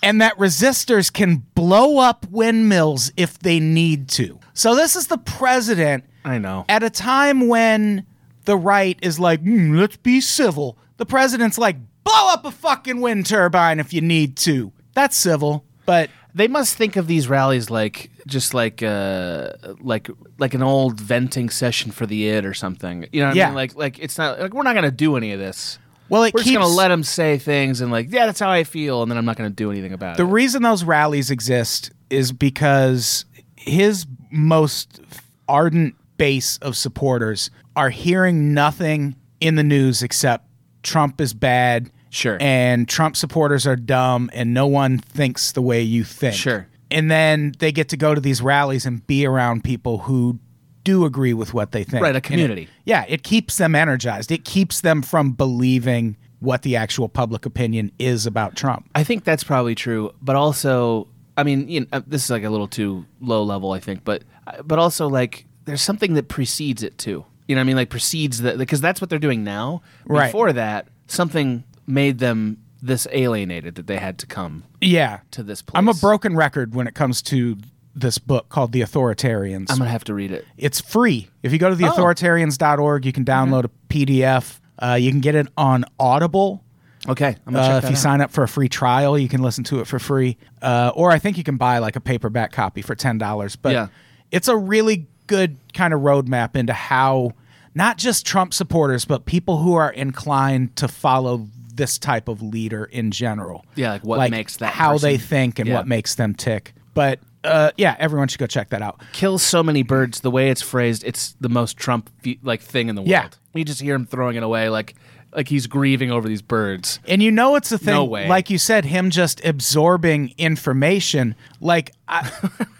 Speaker 3: And that resistors can blow up windmills if they need to. So, this is the president
Speaker 4: I know.
Speaker 3: at a time when the right is like, "Hmm, let's be civil, the president's like, blow up a fucking wind turbine if you need to. That's civil. But
Speaker 4: They must think of these rallies like just like uh like like an old venting session for the id or something. You know what I
Speaker 3: Yeah.
Speaker 4: mean? Like like it's not like we're not gonna do any of this.
Speaker 3: well, it
Speaker 4: We're
Speaker 3: keeps
Speaker 4: just gonna let them say things and like yeah, that's how I feel, and then I'm not gonna do anything about
Speaker 3: the
Speaker 4: it.
Speaker 3: reason those rallies exist is because his most ardent base of supporters are hearing nothing in the news except Trump is bad.
Speaker 4: Sure.
Speaker 3: And Trump supporters are dumb and no one thinks the way you think.
Speaker 4: Sure.
Speaker 3: And then they get to go to these rallies and be around people who do agree with what they think.
Speaker 4: Right,
Speaker 3: And
Speaker 4: a
Speaker 3: it-
Speaker 4: community.
Speaker 3: yeah, it keeps them energized. It keeps them from believing what the actual public opinion is about Trump.
Speaker 4: I think that's probably true, but also, I mean, you know, uh, this is like a little too low level, I think, but uh, but also like there's something that precedes it too. You know, what I mean, like precedes that because that's what they're doing now.
Speaker 3: Right.
Speaker 4: Before that, something made them this alienated that they had to come
Speaker 3: Yeah.
Speaker 4: to this place.
Speaker 3: I'm a broken record when it comes to this book called The Authoritarians.
Speaker 4: I'm Oh. gonna have to read it.
Speaker 3: it's free. If you go to theauthoritarians.org, you can download
Speaker 4: Mm-hmm.
Speaker 3: a PDF. Uh, you can get it on Audible.
Speaker 4: Okay, I'm gonna
Speaker 3: Uh,
Speaker 4: check
Speaker 3: if
Speaker 4: that
Speaker 3: you
Speaker 4: out.
Speaker 3: sign up for a free trial, you can listen to it for free. Uh, or I think you can buy like a paperback copy for ten dollars. But
Speaker 4: Yeah.
Speaker 3: it's a really good kind of roadmap into how not just Trump supporters, but people who are inclined to follow this type of leader in general.
Speaker 4: Yeah, like what makes that
Speaker 3: how they
Speaker 4: person-
Speaker 3: think and
Speaker 4: Yeah.
Speaker 3: what makes them tick. But uh, yeah, everyone should go check that out.
Speaker 4: Kill so many birds. The way it's phrased, it's the most Trump fe- like thing in the world.
Speaker 3: Yeah.
Speaker 4: You just hear him throwing it away, like like he's grieving over these birds.
Speaker 3: And you know it's a thing,
Speaker 4: No way.
Speaker 3: like you said, him just absorbing information. Like I,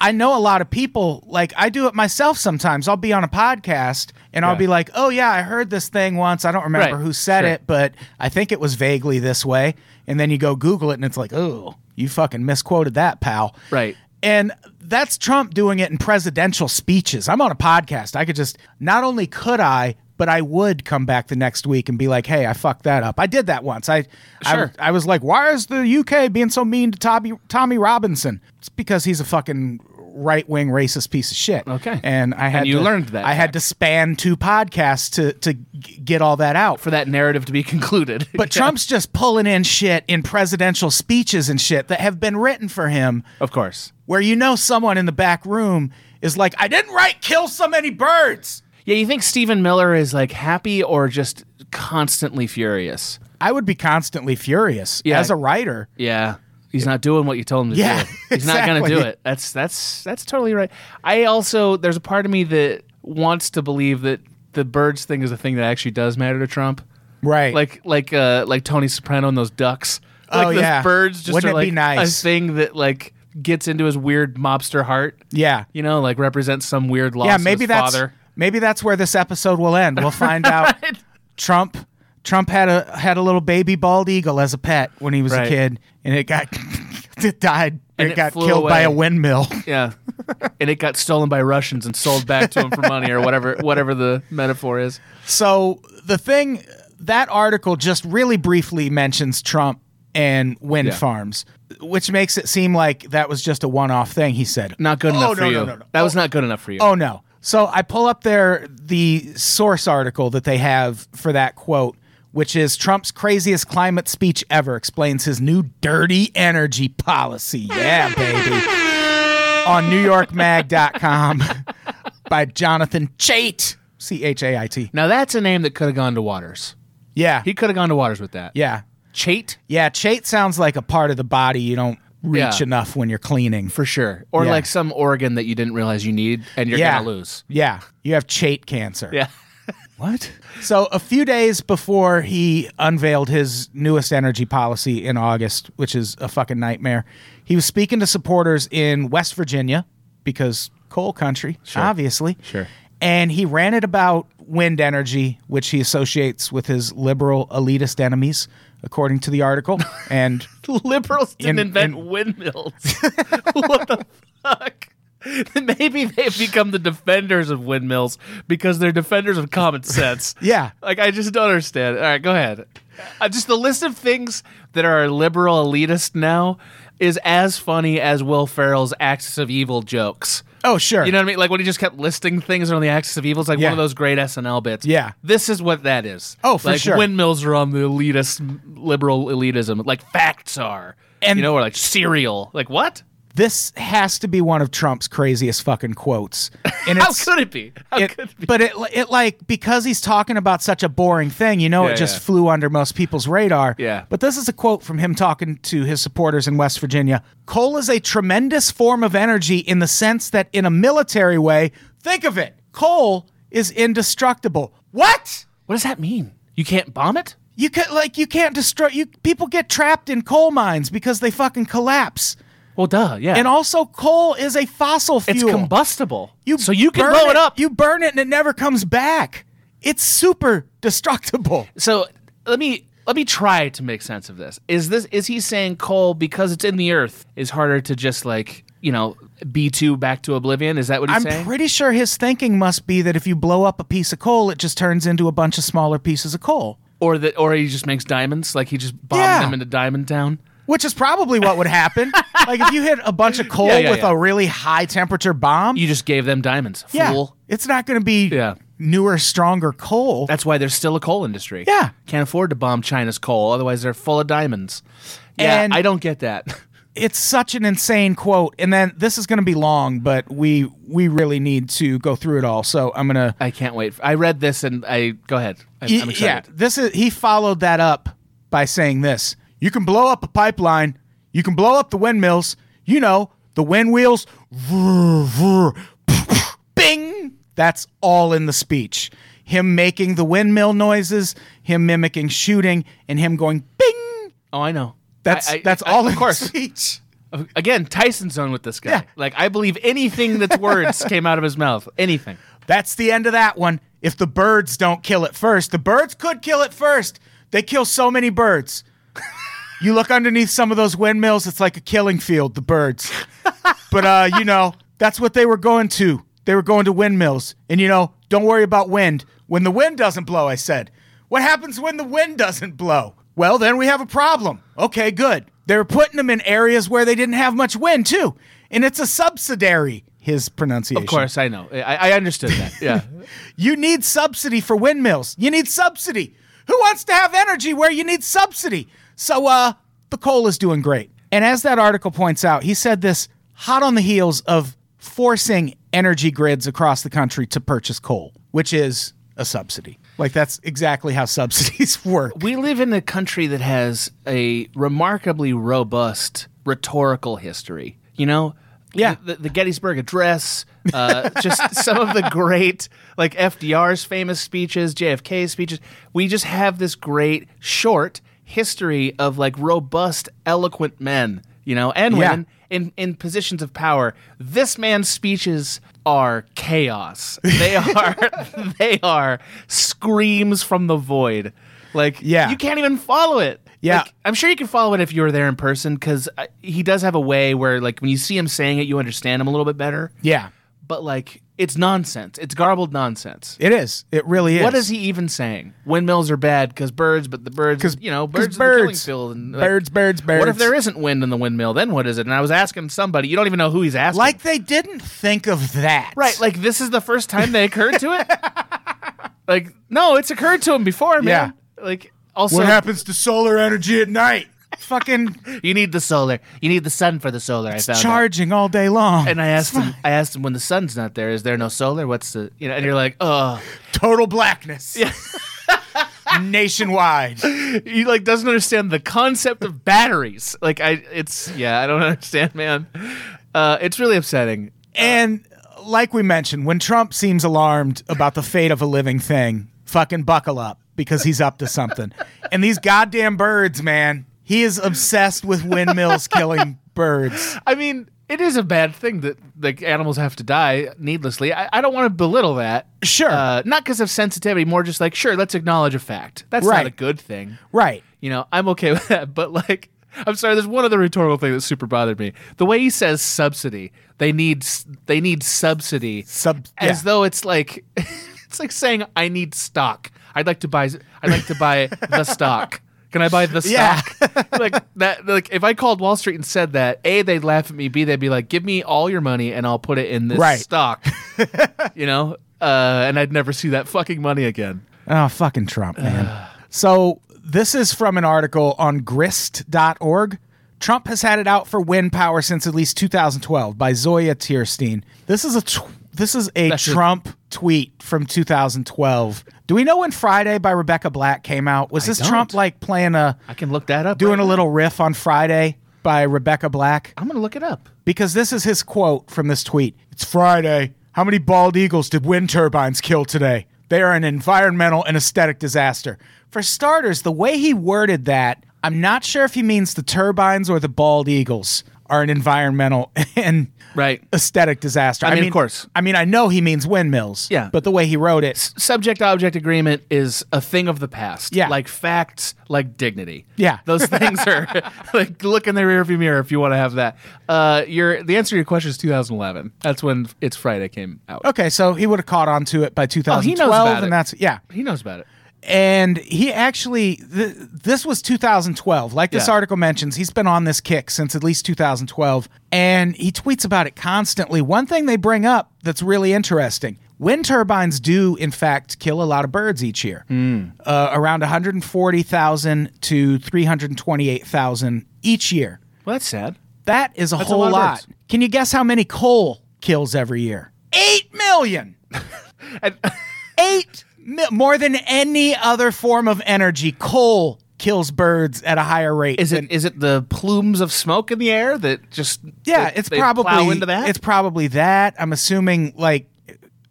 Speaker 3: I know a lot of people. Like I do it myself sometimes. I'll be on a podcast and I'll
Speaker 4: Yeah.
Speaker 3: be like, "Oh yeah, I heard this thing once. I don't remember
Speaker 4: Right.
Speaker 3: who said
Speaker 4: Sure.
Speaker 3: it, but I think it was vaguely this way." And then you go Google it, and it's like, "Oh, you fucking misquoted that, pal."
Speaker 4: Right.
Speaker 3: And that's Trump doing it in presidential speeches. I'm on a podcast. I could just, not only could I, but I would come back the next week and be like, hey, I fucked that up. I did that once. I,
Speaker 4: Sure.
Speaker 3: I, I was like, why is the UK being so mean to Tommy, Tommy Robinson? It's because he's a fucking right wing racist piece of shit.
Speaker 4: Okay.
Speaker 3: And I had
Speaker 4: you
Speaker 3: to-
Speaker 4: learned that
Speaker 3: I had
Speaker 4: fact.
Speaker 3: to span two podcasts to, to g- get all that out.
Speaker 4: for that narrative to be (laughs) concluded.
Speaker 3: But Trump's just pulling in shit in presidential speeches and shit that have been written for him
Speaker 4: of course.
Speaker 3: where you know someone in the back room is like, I didn't write kill so many birds.
Speaker 4: Yeah, you think Stephen Miller is like happy or just constantly furious?
Speaker 3: I would be constantly furious
Speaker 4: Yeah.
Speaker 3: as a writer.
Speaker 4: Yeah. He's not doing what you told him to
Speaker 3: Yeah,
Speaker 4: do. He's not going to do
Speaker 3: exactly.
Speaker 4: it. That's that's that's totally right. I also there's a part of me that wants to believe that the birds thing is a thing that actually does matter to Trump.
Speaker 3: Right.
Speaker 4: Like like uh like Tony Soprano and those ducks. Like
Speaker 3: Oh,
Speaker 4: those
Speaker 3: yeah.
Speaker 4: birds just
Speaker 3: Wouldn't it
Speaker 4: are like
Speaker 3: be nice?
Speaker 4: a thing that like gets into his weird mobster heart.
Speaker 3: yeah.
Speaker 4: You know, like represents some weird loss
Speaker 3: Yeah,
Speaker 4: of
Speaker 3: maybe
Speaker 4: his
Speaker 3: that's
Speaker 4: father.
Speaker 3: maybe that's where this episode will end. We'll
Speaker 4: (laughs)
Speaker 3: find out Trump Trump had a had a little baby bald eagle as a pet when he was
Speaker 4: Right.
Speaker 3: a kid and it got (laughs) it died
Speaker 4: And
Speaker 3: it
Speaker 4: it
Speaker 3: got
Speaker 4: flew
Speaker 3: killed by
Speaker 4: away.
Speaker 3: a windmill.
Speaker 4: Yeah. and it got stolen by Russians and sold back to him for money or whatever whatever the metaphor is.
Speaker 3: So the thing that article just really briefly mentions Trump and wind
Speaker 4: Yeah.
Speaker 3: farms, which makes it seem like that was just a one-off thing he said.
Speaker 4: Not good
Speaker 3: Oh,
Speaker 4: enough for
Speaker 3: no,
Speaker 4: you.
Speaker 3: no, no, no.
Speaker 4: That was not good enough for you.
Speaker 3: Oh no. So I pull up their the source article that they have for that quote, which is Trump's craziest climate speech ever explains his new dirty energy policy. Yeah, baby. On NewYorkMag.com (laughs) by Jonathan Chait. C H A I T.
Speaker 4: Now that's a name that could have gone to Waters.
Speaker 3: Yeah.
Speaker 4: He could have gone to Waters with that.
Speaker 3: Yeah.
Speaker 4: Chait
Speaker 3: Yeah, Chait sounds like a part of the body you don't reach
Speaker 4: Yeah.
Speaker 3: enough when you're cleaning.
Speaker 4: for sure, or
Speaker 3: Yeah.
Speaker 4: like some organ that you didn't realize you need, and you're
Speaker 3: yeah.
Speaker 4: gonna lose.
Speaker 3: Yeah. You have Chait cancer.
Speaker 4: Yeah.
Speaker 3: What? So a few days before he unveiled his newest energy policy in August, which is a fucking nightmare, he was speaking to supporters in West Virginia because coal country, obviously.
Speaker 4: Sure.
Speaker 3: And he ranted about wind energy, which he associates with his liberal elitist enemies, according to the
Speaker 4: (laughs)
Speaker 3: article. And
Speaker 4: Liberals didn't
Speaker 3: In-
Speaker 4: invent
Speaker 3: in-
Speaker 4: windmills. (laughs) what the fuck? (laughs) Maybe they've become the defenders of windmills because they're defenders of common sense.
Speaker 3: (laughs) Yeah.
Speaker 4: Like I just don't understand. All right, go ahead. Uh, just the list of things that are liberal elitist now is as funny as Will Ferrell's Axis of Evil jokes.
Speaker 3: oh, sure.
Speaker 4: You know what I mean? Like when he just kept listing things on the Axis of Evil, it's like
Speaker 3: Yeah.
Speaker 4: one of those great SNL bits.
Speaker 3: Yeah.
Speaker 4: This is what that is.
Speaker 3: Oh, for
Speaker 4: like,
Speaker 3: sure.
Speaker 4: Windmills are on the elitist, liberal elitism, like facts are.
Speaker 3: And-
Speaker 4: you know, or like cereal. Like what?
Speaker 3: this has to be one of Trump's craziest fucking
Speaker 4: (laughs)
Speaker 3: quotes. And
Speaker 4: How
Speaker 3: it's
Speaker 4: could it be? How
Speaker 3: it,
Speaker 4: could it be?
Speaker 3: but it it like because he's talking about such a boring thing, you know,
Speaker 4: Yeah,
Speaker 3: it just
Speaker 4: yeah.
Speaker 3: flew under most people's radar.
Speaker 4: Yeah.
Speaker 3: But this is a quote from him talking to his supporters in West Virginia. Coal is a tremendous form of energy in the sense that in a military way, think of it. Coal is indestructible. What?
Speaker 4: What does that mean? You can't bomb it?
Speaker 3: You can like you can't destroy you people get trapped in coal mines because they fucking collapse.
Speaker 4: Well, duh, yeah.
Speaker 3: And also coal is a fossil fuel.
Speaker 4: it's combustible.
Speaker 3: You
Speaker 4: so you can
Speaker 3: burn
Speaker 4: blow it up.
Speaker 3: You burn it and it never comes back. It's super
Speaker 4: (laughs)
Speaker 3: destructible.
Speaker 4: So let me let me try to make sense of this. Is this is he saying coal because it's in the earth is harder to just like you know B two back to oblivion? Is that what he's
Speaker 3: I'm
Speaker 4: saying?
Speaker 3: pretty sure his thinking must be that if you blow up a piece of coal, it just turns into a bunch of smaller pieces of coal,
Speaker 4: or that or he just makes diamonds like he just bombed
Speaker 3: Yeah.
Speaker 4: them into Diamond Town.
Speaker 3: which is probably what would
Speaker 4: (laughs)
Speaker 3: happen. like if you hit a bunch of coal
Speaker 4: Yeah, yeah,
Speaker 3: with
Speaker 4: yeah.
Speaker 3: a really high temperature bomb,
Speaker 4: You just gave them diamonds.
Speaker 3: yeah,
Speaker 4: Fool.
Speaker 3: it's not going to be
Speaker 4: Yeah.
Speaker 3: newer, stronger coal.
Speaker 4: That's why there's still a coal industry.
Speaker 3: Yeah.
Speaker 4: Can't afford to bomb China's coal, otherwise they're full of diamonds. Yeah,
Speaker 3: And-
Speaker 4: I don't get that. (laughs)
Speaker 3: it's such an insane quote. And then this is going to be long, but we we really need to go through it all. So I'm going to
Speaker 4: I can't wait. I read this and I go ahead. I,
Speaker 3: Y-
Speaker 4: I'm excited.
Speaker 3: Yeah, this is he followed that up by saying this. You can blow up a pipeline, you can blow up the windmills, you know, the wind wheels. Vroom, vroom, bing. That's all in the speech. Him making the windmill noises, him mimicking shooting, and him going bing.
Speaker 4: Oh, I know.
Speaker 3: That's
Speaker 4: I- I-
Speaker 3: that's
Speaker 4: I-
Speaker 3: all in
Speaker 4: of course. (laughs)
Speaker 3: the speech.
Speaker 4: Again, Tyson's on with this guy.
Speaker 3: Yeah.
Speaker 4: Like I believe anything that's
Speaker 3: (laughs)
Speaker 4: words came out of his mouth. Anything.
Speaker 3: That's the end of that one. If the birds don't kill it first, the birds could kill it first. They kill so many birds. you look underneath some of those windmills, it's like a killing field, the birds. but uh, you know, that's what they were going to. They were going to windmills. And you know, don't worry about wind. When the wind doesn't blow, I said. What happens when the wind doesn't blow? Well, then we have a problem. Okay, good. They were putting them in areas where they didn't have much wind, too. And it's a subsidiary, his pronunciation.
Speaker 4: Of course, I know. I, I understood that. (laughs) Yeah.
Speaker 3: (laughs) You need subsidy for windmills. You need subsidy. Who wants to have energy where you need subsidy? So, uh, the coal is doing great. And as that article points out, he said this hot on the heels of forcing energy grids across the country to purchase coal. which is a subsidy. Like that's exactly how subsidies (laughs) work.
Speaker 4: We live in a country that has a remarkably robust rhetorical history. You know,
Speaker 3: Yeah.
Speaker 4: the, the Gettysburg Address, uh,
Speaker 3: (laughs)
Speaker 4: just some of the great like FDR's famous speeches, JFK's speeches. We just have this great short history of like robust, eloquent men, you know, and
Speaker 3: Yeah.
Speaker 4: women in in positions of power. This man's speeches are chaos.
Speaker 3: (laughs)
Speaker 4: They are they are screams from the void. Like
Speaker 3: Yeah.
Speaker 4: you can't even follow it.
Speaker 3: Yeah.
Speaker 4: Like, I'm sure you can follow it if you were there in person because he does have a way where, like, when you see him saying it, you understand him a little bit better.
Speaker 3: Yeah,
Speaker 4: But, like, it's nonsense. It's garbled nonsense.
Speaker 3: it is. It really is.
Speaker 4: What is he even saying? Windmills are bad because birds, but the birds,
Speaker 3: 'Cause-
Speaker 4: you know,
Speaker 3: 'cause
Speaker 4: birds, are the killing
Speaker 3: birds.
Speaker 4: field. And,
Speaker 3: Birds, birds,
Speaker 4: What
Speaker 3: birds.
Speaker 4: if there isn't wind in the windmill? Then what is it? And I was asking somebody. You don't even know who he's asking.
Speaker 3: Like they didn't think of that.
Speaker 4: right. Like, this is the first time they occurred to
Speaker 3: (laughs)
Speaker 4: it? like, no, it's occurred to him before, man. Like, also,
Speaker 3: what happens to solar energy at night? Fucking
Speaker 4: You need the solar. You need the sun for the solar. I found out.
Speaker 3: charging all day long.
Speaker 4: And I asked him. I asked him when the sun's not there, is there no solar? What's the you know? And you're like, oh,
Speaker 3: total blackness. Yeah. (laughs) Nationwide.
Speaker 4: he like doesn't understand the concept of batteries. Like I, it's yeah, I don't (laughs) understand, man. Uh, it's really upsetting.
Speaker 3: And like we mentioned, when Trump seems alarmed about the fate of a living thing, fucking buckle up because he's up to something. and these goddamn birds, man, he is obsessed with windmills killing birds.
Speaker 4: I mean, it is a bad thing that like animals have to die needlessly. I, I don't want to belittle that.
Speaker 3: Sure.
Speaker 4: Uh, not because of sensitivity, more just like sure, let's acknowledge a fact. That's
Speaker 3: Right.
Speaker 4: not a good thing.
Speaker 3: Right.
Speaker 4: You know, I'm okay with that, but like, I'm sorry. There's one other rhetorical thing that super bothered me. The way he says subsidy, they need s- they need subsidy,
Speaker 3: Sub-
Speaker 4: as
Speaker 3: yeah.
Speaker 4: though it's like (laughs) it's like saying I need stock. I'd like to buy I'd like to buy the stock. Can I buy the
Speaker 3: Yeah.
Speaker 4: stock? like that. Like if I called Wall Street and said that, a they'd laugh at me. B they'd be like, give me all your money and I'll put it in this
Speaker 3: Right. (laughs)
Speaker 4: stock. you know, uh, and I'd never see that fucking money again.
Speaker 3: Oh, fucking Trump, man. so this is from an article on grist.org. Trump has had it out for wind power since at least 2012 by Zoya Tierstein. This is a tw- this is a
Speaker 4: That's a-
Speaker 3: Trump tweet from 2012. Do we know when Friday by Rebecca Black came out? Was this
Speaker 4: don't.
Speaker 3: Trump like playing a
Speaker 4: I can look that up.
Speaker 3: doing
Speaker 4: right
Speaker 3: a little riff on Friday by Rebecca Black?
Speaker 4: I'm gonna look it up.
Speaker 3: Because this is his quote from this tweet. It's Friday. How many bald eagles did wind turbines kill today? They are an environmental and aesthetic disaster. For starters, the way he worded that, I'm not sure if he means the turbines or the bald eagles are an environmental (laughs) and
Speaker 4: Right.
Speaker 3: aesthetic disaster. I,
Speaker 4: mean, of course.
Speaker 3: I mean, I know he means windmills.
Speaker 4: Yeah.
Speaker 3: But the way he wrote it,
Speaker 4: subject object agreement is a thing of the past.
Speaker 3: Yeah.
Speaker 4: Like facts, like dignity.
Speaker 3: Yeah. (laughs)
Speaker 4: Those things are like look in the rearview mirror if you want to have that. Uh your the answer to your question is 2011. That's when It's Friday came out.
Speaker 3: okay, so he would have caught on to it by 2012,
Speaker 4: Oh, about
Speaker 3: and
Speaker 4: it.
Speaker 3: that's yeah.
Speaker 4: He knows about it.
Speaker 3: and he actually th- this was 2012 like this
Speaker 4: Yeah.
Speaker 3: article mentions he's been on this kick since at least 2012 and he tweets about it constantly one thing they bring up that's really interesting wind turbines do in fact kill a lot of birds each year uh, around 140000 to 328000 each year
Speaker 4: Well, that's sad.
Speaker 3: that is a
Speaker 4: a
Speaker 3: whole
Speaker 4: lot of
Speaker 3: lot
Speaker 4: birds.
Speaker 3: can you guess how many coal kills every year 8 million
Speaker 4: (laughs) And, (laughs)
Speaker 3: eight mi- more than any other form of energy. Coal kills birds at a higher rate.
Speaker 4: is
Speaker 3: than-
Speaker 4: it is it the plumes of smoke in the air that just
Speaker 3: yeah,
Speaker 4: that
Speaker 3: it's
Speaker 4: they
Speaker 3: probably
Speaker 4: plow into that?
Speaker 3: It's probably that. I'm assuming like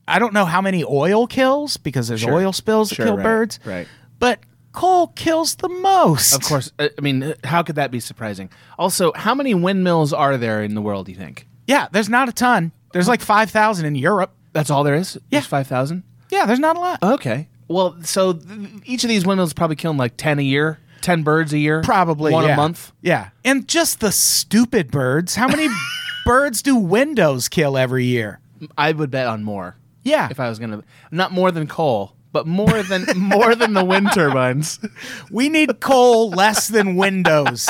Speaker 3: I don't know how many oil kills because there's
Speaker 4: Sure.
Speaker 3: oil spills that
Speaker 4: Sure,
Speaker 3: kill
Speaker 4: right,
Speaker 3: birds.
Speaker 4: right.
Speaker 3: But coal kills the most.
Speaker 4: of course. uh, I I mean, how could that be surprising? Also, how many windmills are there in the world? Do you think?
Speaker 3: Yeah, there's not a ton. There's like five thousand in Europe.
Speaker 4: That's all there is.
Speaker 3: Yeah.
Speaker 4: Just five thousand.
Speaker 3: Yeah, there's not a lot.
Speaker 4: Okay. Well, so th- each of these windmills probably killing like ten a year, ten birds a year,
Speaker 3: Probably
Speaker 4: one
Speaker 3: yeah.
Speaker 4: a month.
Speaker 3: Yeah, and just the stupid birds. How
Speaker 4: (laughs)
Speaker 3: many birds do windows kill every year?
Speaker 4: I would bet on more.
Speaker 3: Yeah,
Speaker 4: If I was gonna, not more than coal, but more than (laughs) more than the
Speaker 3: (laughs)
Speaker 4: wind turbines.
Speaker 3: We need coal less than windows.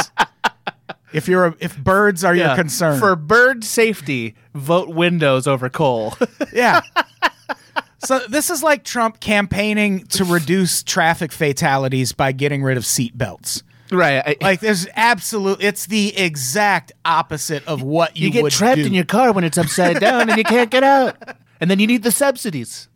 Speaker 3: If you're a, if birds are your concern,
Speaker 4: for bird safety, vote windows
Speaker 3: (laughs)
Speaker 4: over coal.
Speaker 3: yeah. So this is like Trump campaigning to reduce traffic fatalities by getting rid of seatbelts.
Speaker 4: right. I,
Speaker 3: Like there's absolute. It's the exact opposite of what you,
Speaker 4: you get
Speaker 3: would
Speaker 4: trapped
Speaker 3: do. (laughs)
Speaker 4: in your car when it's upside down and you can't get out, and then you need the subsidies.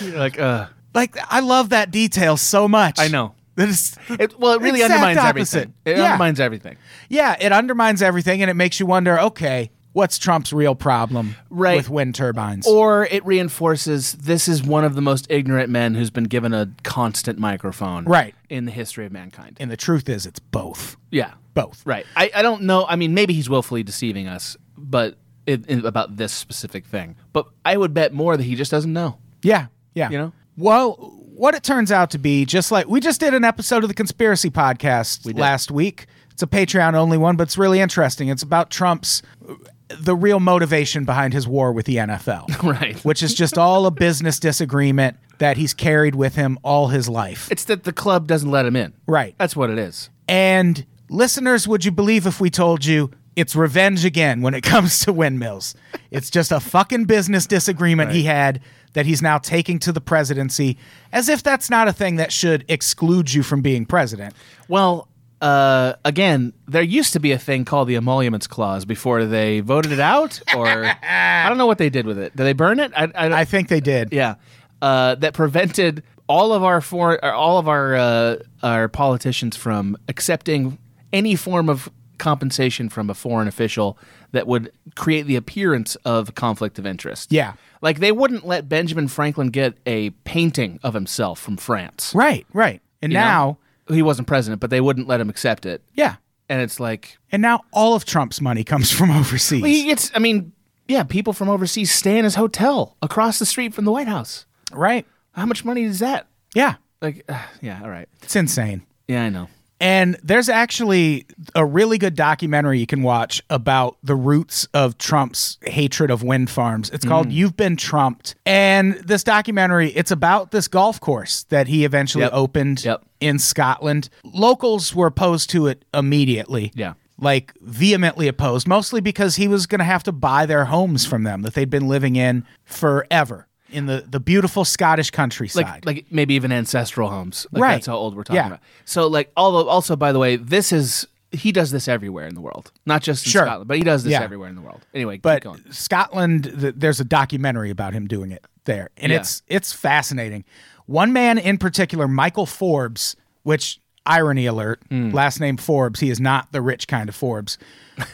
Speaker 4: You're like, uh,
Speaker 3: Like I love that detail so much.
Speaker 4: I know.
Speaker 3: That it's-
Speaker 4: it, well, it really
Speaker 3: Exact
Speaker 4: undermines
Speaker 3: opposite.
Speaker 4: everything. It
Speaker 3: Yeah.
Speaker 4: undermines everything.
Speaker 3: yeah, it undermines everything and it makes you wonder, okay, what's Trump's real problem
Speaker 4: Right.
Speaker 3: with wind turbines?
Speaker 4: Or it reinforces this is one of the most ignorant men who's been given a constant microphone
Speaker 3: Right.
Speaker 4: in the history of mankind.
Speaker 3: and the truth is it's both.
Speaker 4: yeah.
Speaker 3: Both.
Speaker 4: Right. I, I don't know. I mean, maybe he's willfully deceiving us, but it, it- about this specific thing. But I would bet more that he just doesn't know.
Speaker 3: Yeah. Yeah.
Speaker 4: You know?
Speaker 3: Well, what it turns out to be, just like we just did an episode of the conspiracy podcast
Speaker 4: did.
Speaker 3: last week. It's a Patreon only one, but it's really interesting. It's about Trump's uh, the real motivation behind his war with the NFL.
Speaker 4: (laughs) Right.
Speaker 3: Which is just all a business disagreement that he's carried with him all his life.
Speaker 4: It's that the club doesn't let him in.
Speaker 3: Right.
Speaker 4: That's what it is.
Speaker 3: And listeners, would you believe if we told you it's revenge again when it (laughs) comes to windmills? It's just a fucking business disagreement he had that he's now taking to the presidency, as if that's not a thing that should exclude you from being president.
Speaker 4: Well, uh, again, there used to be a thing called the emoluments clause before they voted it out,
Speaker 3: (laughs)
Speaker 4: or I don't know what they did with it. Did they burn it? I, I,
Speaker 3: I think they did.
Speaker 4: yeah, uh, that prevented all of our for, or all of our uh, our politicians from accepting any form of compensation from a foreign official that would create the appearance of conflict of interest.
Speaker 3: Yeah.
Speaker 4: like they wouldn't let Benjamin Franklin get a painting of himself from France.
Speaker 3: Right, right. And
Speaker 4: you know?
Speaker 3: now,
Speaker 4: he wasn't president, but they wouldn't let him accept it.
Speaker 3: yeah.
Speaker 4: And it's like
Speaker 3: And now all of Trump's money comes from (laughs) overseas.
Speaker 4: he gets. I mean, yeah, people from overseas stay in his hotel across the street from the White House.
Speaker 3: right.
Speaker 4: How much money is that?
Speaker 3: Yeah.
Speaker 4: Like, (sighs) uh, yeah, all right.
Speaker 3: It's insane.
Speaker 4: Yeah, I know.
Speaker 3: And there's actually a really good documentary you can watch about the roots of Trump's hatred of wind farms. It's
Speaker 4: Hmm.
Speaker 3: called You've Been Trumped. And this documentary, it's about this golf course that he eventually
Speaker 4: Yep.
Speaker 3: opened
Speaker 4: Yep.
Speaker 3: in Scotland. Locals were opposed to it immediately.
Speaker 4: Yeah.
Speaker 3: Like vehemently opposed, mostly because he was going to have to buy their homes from them that they'd been living in forever in the, the beautiful Scottish countryside.
Speaker 4: Like, like maybe even ancestral homes. Like,
Speaker 3: Right.
Speaker 4: That's how old we're talking
Speaker 3: Yeah.
Speaker 4: about. So, like, although also by the way, this is he does this everywhere in the world, not just in
Speaker 3: Sure.
Speaker 4: Scotland, but he does this
Speaker 3: Yeah.
Speaker 4: everywhere in the world. Anyway,
Speaker 3: but
Speaker 4: keep going.
Speaker 3: Scotland, th- there's a documentary about him doing it there, and
Speaker 4: Yeah.
Speaker 3: it's it's fascinating. One man in particular, Michael Forbes, which irony alert,
Speaker 4: Hmm.
Speaker 3: last name Forbes, he is not the rich kind of Forbes,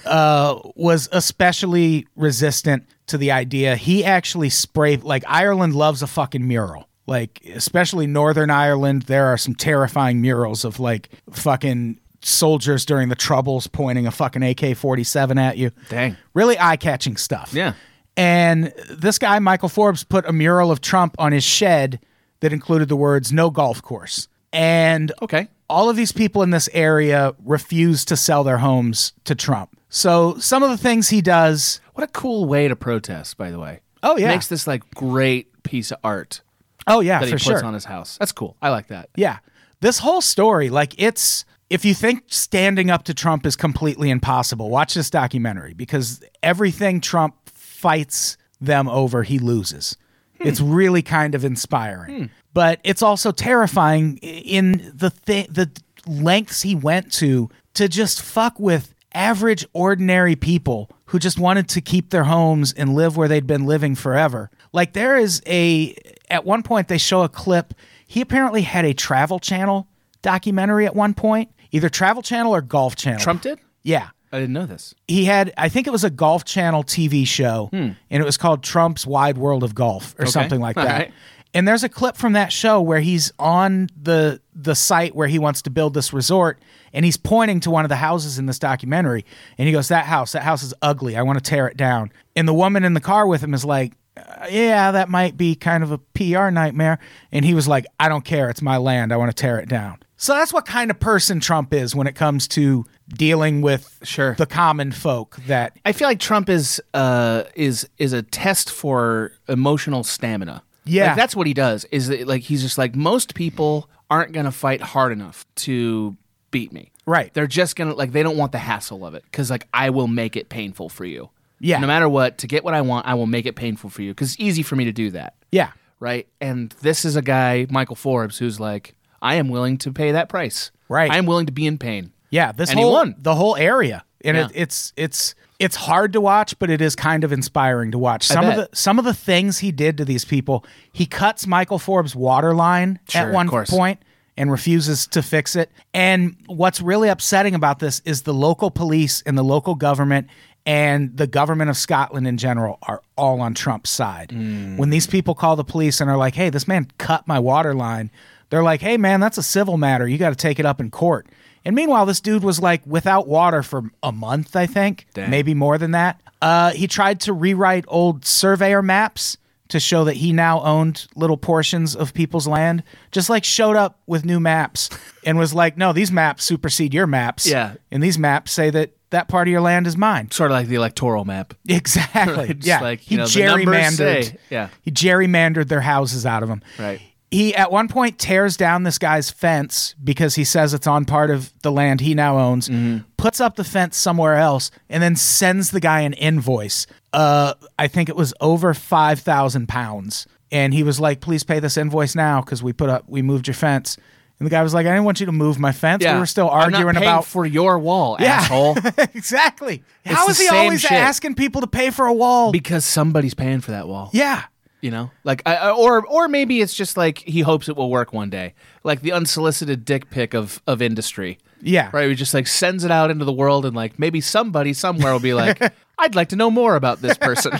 Speaker 3: uh, was especially resistant to the idea. He actually sprayed like Ireland loves a fucking mural. Like especially Northern Ireland, there are some terrifying murals of like fucking soldiers during the troubles pointing a fucking AK-47 at you
Speaker 4: Dang.
Speaker 3: really eye-catching stuff.
Speaker 4: Yeah.
Speaker 3: And this guy Michael Forbes put a mural of Trump on his shed that included the words "No golf course." And
Speaker 4: Okay.
Speaker 3: all of these people in this area refuse to sell their homes to Trump. So some of the things he does,
Speaker 4: What a cool way to protest, by the way.
Speaker 3: Oh, yeah.
Speaker 4: makes this like great piece of art
Speaker 3: oh yeah,
Speaker 4: that he
Speaker 3: for
Speaker 4: puts
Speaker 3: sure.
Speaker 4: on his house. That's cool. I like that.
Speaker 3: Yeah. This whole story, like it's if you think standing up to Trump is completely impossible, watch this documentary because everything Trump fights them over, he loses. It's really kind of inspiring. But it's also terrifying i- in the thi- the lengths he went to to just fuck with average ordinary people who just wanted to keep their homes and live where they'd been living forever. Like there is a at one point they show a clip he apparently had a travel channel documentary at one point, either travel channel or golf channel.
Speaker 4: Trump did?
Speaker 3: Yeah.
Speaker 4: I didn't know this.
Speaker 3: He had I think it was a golf channel TV show and it was called Trump's Wide World of Golf or something like
Speaker 4: Hmm. (laughs) All
Speaker 3: that.
Speaker 4: right.
Speaker 3: And there's a clip from that show where he's on the the site where he wants to build this resort and he's pointing to one of the houses in this documentary and he goes that house that house is ugly I want to tear it down. And the woman in the car with him is like "Uh, yeah, that might be kind of a PR nightmare. And he was like, I don't care. It's my land. I want to tear it down. So that's what kind of person Trump is when it comes to dealing with
Speaker 4: Sure.
Speaker 3: the common folk that
Speaker 4: I feel like Trump is uh, is is a test for emotional stamina.
Speaker 3: Yeah.
Speaker 4: Like, that's what he does. Is that, like he's just like most people aren't gonna fight hard enough to beat me.
Speaker 3: Right.
Speaker 4: They're just gonna like they don't want the hassle of it because like I will make it painful for you.
Speaker 3: Yeah.
Speaker 4: No matter what, to get what I want, I will make it painful for you because it's easy for me to do that.
Speaker 3: yeah
Speaker 4: Right. And this is a guy, Michael Forbes, who's like, I am willing to pay that price.
Speaker 3: Right.
Speaker 4: I am willing to be in pain.
Speaker 3: Yeah, this
Speaker 4: And he
Speaker 3: whole
Speaker 4: won.
Speaker 3: the whole area, and it,
Speaker 4: Yeah.
Speaker 3: it's it's it's hard to watch, but it is kind of inspiring to watch. Some of
Speaker 4: bet.
Speaker 3: the some of the things he did to these people. He cuts Michael Forbes' water line
Speaker 4: Sure,
Speaker 3: at
Speaker 4: of
Speaker 3: one
Speaker 4: course.
Speaker 3: point and refuses to fix it. And what's really upsetting about this is the local police and the local government and the government of Scotland in general are all on Trump's side.
Speaker 4: Mm.
Speaker 3: When these people call the police and are like, "Hey, this man cut my water line." They're like, "Hey man, that's a civil matter. You got to take it up in court." And meanwhile, this dude was like without water for a month, I think,
Speaker 4: Dang.
Speaker 3: maybe more than that. Uh, he tried to rewrite old surveyor maps to show that he now owned little portions of people's land. Just like showed up with new maps and was like, "No, these maps supersede your maps."
Speaker 4: Yeah.
Speaker 3: and these maps say that that part of your land is mine.
Speaker 4: Sort of like the electoral map.
Speaker 3: (laughs) Exactly.
Speaker 4: Just
Speaker 3: yeah.
Speaker 4: like,
Speaker 3: he
Speaker 4: you know, the numbers
Speaker 3: gerrymandered.
Speaker 4: say- yeah.
Speaker 3: He gerrymandered their houses out of them.
Speaker 4: Right.
Speaker 3: He at one point tears down this guy's fence because he says it's on part of the land he now owns.
Speaker 4: Mm-hmm.
Speaker 3: Puts up the fence somewhere else and then sends the guy an invoice. Uh, I think it was over five thousand pounds, and he was like, "Please pay this invoice now because we put up we moved your fence." And the guy was like, "I didn't want you to move my fence. We were still
Speaker 4: I'm not
Speaker 3: arguing
Speaker 4: paying
Speaker 3: about
Speaker 4: for your wall, asshole.
Speaker 3: (laughs) exactly. How
Speaker 4: the
Speaker 3: is he
Speaker 4: same
Speaker 3: always
Speaker 4: shit.
Speaker 3: asking people to pay for a wall?
Speaker 4: because somebody's paying for that wall.
Speaker 3: yeah.
Speaker 4: You know, like I, I- or or maybe it's just like he hopes it will work one day, like the unsolicited dick pic of of industry.
Speaker 3: Yeah.
Speaker 4: Right, he just like sends it out into the world, and like maybe somebody somewhere will
Speaker 3: (laughs)
Speaker 4: be like, "I'd like to know more about this person."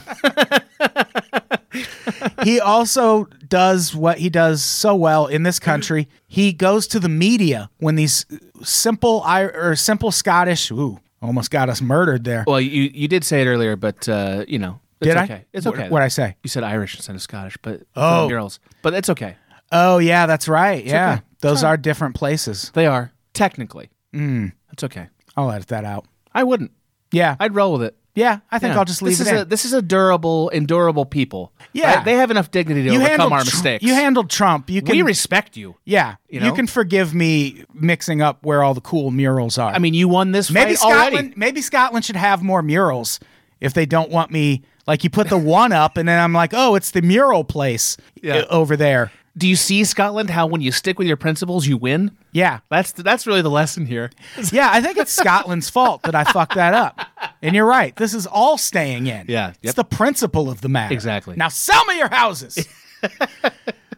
Speaker 3: He also does what he does so well in this country. He goes to the media when these simple I or simple Scottish ooh, almost got us murdered there.
Speaker 4: well, you you did say it earlier, but uh, you know, it's
Speaker 3: Did I?
Speaker 4: okay. It's
Speaker 3: What-
Speaker 4: okay.
Speaker 3: what'd I say?
Speaker 4: You said Irish instead of Scottish, but
Speaker 3: Oh.
Speaker 4: oh, murals, but it's okay.
Speaker 3: Oh yeah, that's right. Yeah.
Speaker 4: okay.
Speaker 3: Those are different places.
Speaker 4: They are technically. Mm. It's okay.
Speaker 3: I'll edit that out.
Speaker 4: I wouldn't.
Speaker 3: Yeah.
Speaker 4: I'd roll with it.
Speaker 3: yeah, I think
Speaker 4: Yeah.
Speaker 3: I'll just leave
Speaker 4: this
Speaker 3: it
Speaker 4: is
Speaker 3: in.
Speaker 4: A, this is a durable, endurable people.
Speaker 3: Yeah.
Speaker 4: right? they have enough dignity to
Speaker 3: handled
Speaker 4: overcome our
Speaker 3: Tr-
Speaker 4: mistakes.
Speaker 3: You handled Trump. You can
Speaker 4: we respect you.
Speaker 3: Yeah. You,
Speaker 4: you know?
Speaker 3: can forgive me mixing up where all the cool murals are.
Speaker 4: I mean, you won this
Speaker 3: Maybe
Speaker 4: fight
Speaker 3: Scotland.
Speaker 4: already.
Speaker 3: Maybe Scotland should have more murals if they don't want me. Like you put the one up, and then I'm like, oh, it's the mural place
Speaker 4: Yeah.
Speaker 3: i- over there.
Speaker 4: Do you see Scotland? How when you stick with your principles, you win.
Speaker 3: Yeah,
Speaker 4: That's that's really the lesson here.
Speaker 3: (laughs) yeah. I think it's Scotland's fault that I fucked that up. And you're right. This is all staying in.
Speaker 4: Yeah,
Speaker 3: it's
Speaker 4: yep.
Speaker 3: the principle of the matter.
Speaker 4: Exactly.
Speaker 3: Now sell me your
Speaker 4: (laughs)
Speaker 3: houses.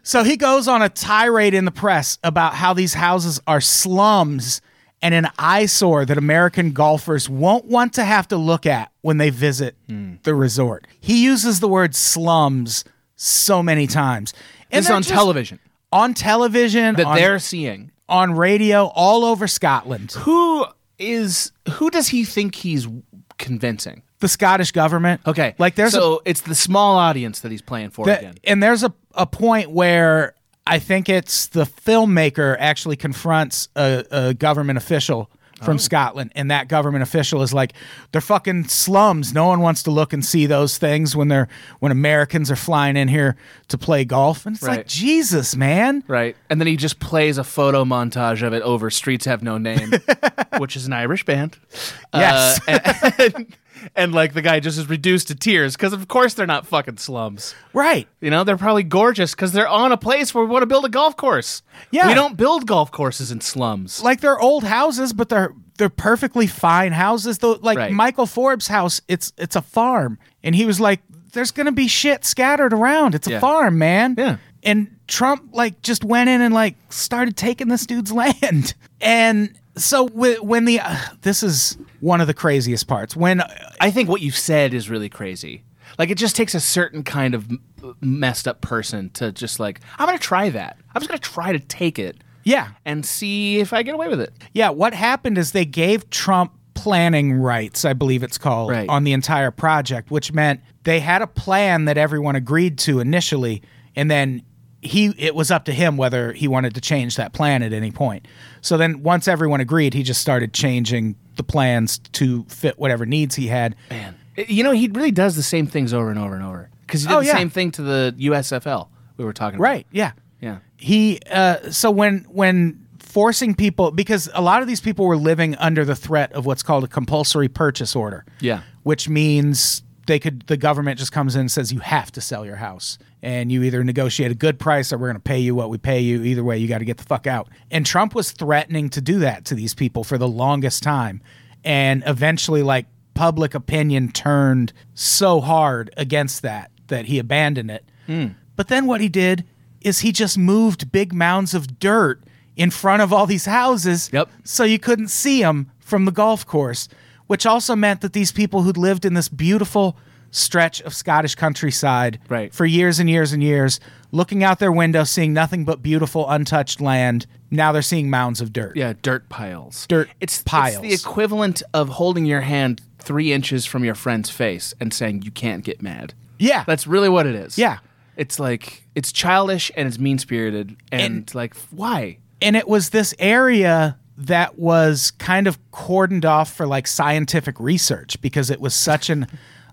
Speaker 3: so he goes on a tirade in the press about how these houses are slums and an eyesore that American golfers won't want to have to look at when they visit
Speaker 4: Hmm.
Speaker 3: the resort. He uses the word slums so many times. And
Speaker 4: This is
Speaker 3: they're
Speaker 4: on
Speaker 3: just-
Speaker 4: television
Speaker 3: On television,
Speaker 4: that
Speaker 3: on,
Speaker 4: they're seeing.
Speaker 3: on radio, all over Scotland.
Speaker 4: Who is who does he think he's convincing?
Speaker 3: The Scottish government.
Speaker 4: Okay,
Speaker 3: Like there's a
Speaker 4: so it's the small audience that he's playing for
Speaker 3: That-
Speaker 4: again.
Speaker 3: and there's a, a point where I think it's the filmmaker actually confronts a, a government official
Speaker 4: Oh.
Speaker 3: from Scotland, and that government official is like, "They're fucking slums. No one wants to look and see those things when they're when Americans are flying in here to play golf." And it's like,
Speaker 4: Right.
Speaker 3: Jesus, man.
Speaker 4: Right. And then he just plays a photo montage of it over Streets Have No Name, (laughs) which is an Irish band.
Speaker 3: Yes.
Speaker 4: Uh, and, (laughs) and, and, like the guy just is reduced to tears because, of course, they're not fucking slums.
Speaker 3: Right.
Speaker 4: You know, they're probably gorgeous because they're on a place where we want to build a golf course.
Speaker 3: Yeah.
Speaker 4: We don't build golf courses in slums.
Speaker 3: Like they're old houses, but they're they're perfectly fine houses. Though, like
Speaker 4: Right.
Speaker 3: Michael Forbes' house, it's it's a farm, and he was like, "There's gonna be shit scattered around. It's a
Speaker 4: Yeah.
Speaker 3: farm, man."
Speaker 4: Yeah.
Speaker 3: And Trump like just went in and like started taking this dude's (laughs) land, and so wh- when the uh, this is one of the craziest parts when uh,
Speaker 4: I think what you've said is really crazy. Like, it just takes a certain kind of m- messed up person to just, like, I'm going to try that. I'm just going to try to take it
Speaker 3: yeah
Speaker 4: and see if I get away with it.
Speaker 3: Yeah, what happened is they gave Trump planning rights, I believe it's called,
Speaker 4: Right.
Speaker 3: on the entire project, which meant they had a plan that everyone agreed to initially, and then he it was up to him whether he wanted to change that plan at any point. So then once everyone agreed, he just started changing the plans to fit whatever needs he had.
Speaker 4: Man, Eh, you know he really does the same things over and over and over because he did
Speaker 3: Oh,
Speaker 4: the
Speaker 3: yeah.
Speaker 4: same thing to the USFL we were talking
Speaker 3: Right, yeah.
Speaker 4: about.
Speaker 3: he uh, so when when forcing people because a lot of these people were living under the threat of what's called a compulsory purchase order
Speaker 4: Yeah.
Speaker 3: which means they could the government just comes in and says you have to sell your house and you either negotiate a good price or we're going to pay you what we pay you. Either way, you got to get the fuck out. And Trump was threatening to do that to these people for the longest time. And eventually, like, public opinion turned so hard against that that he abandoned it. But then what he did is he just moved big mounds of dirt in front of all these houses
Speaker 4: Yep.
Speaker 3: so you couldn't see them from the golf course, which also meant that these people who'd lived in this beautiful stretch of Scottish countryside
Speaker 4: Right.
Speaker 3: for years and years and years, looking out their window, seeing nothing but beautiful, untouched land, now they're seeing mounds of dirt.
Speaker 4: Yeah, dirt piles.
Speaker 3: Dirt
Speaker 4: it's,
Speaker 3: piles.
Speaker 4: It's the equivalent of holding your hand three inches from your friend's face and saying you can't get mad.
Speaker 3: Yeah.
Speaker 4: That's really what it is.
Speaker 3: Yeah.
Speaker 4: It's like it's childish and it's mean spirited and,
Speaker 3: And-
Speaker 4: like why?
Speaker 3: and it was this area that was kind of cordoned off for like scientific research because it was such
Speaker 4: (laughs)
Speaker 3: an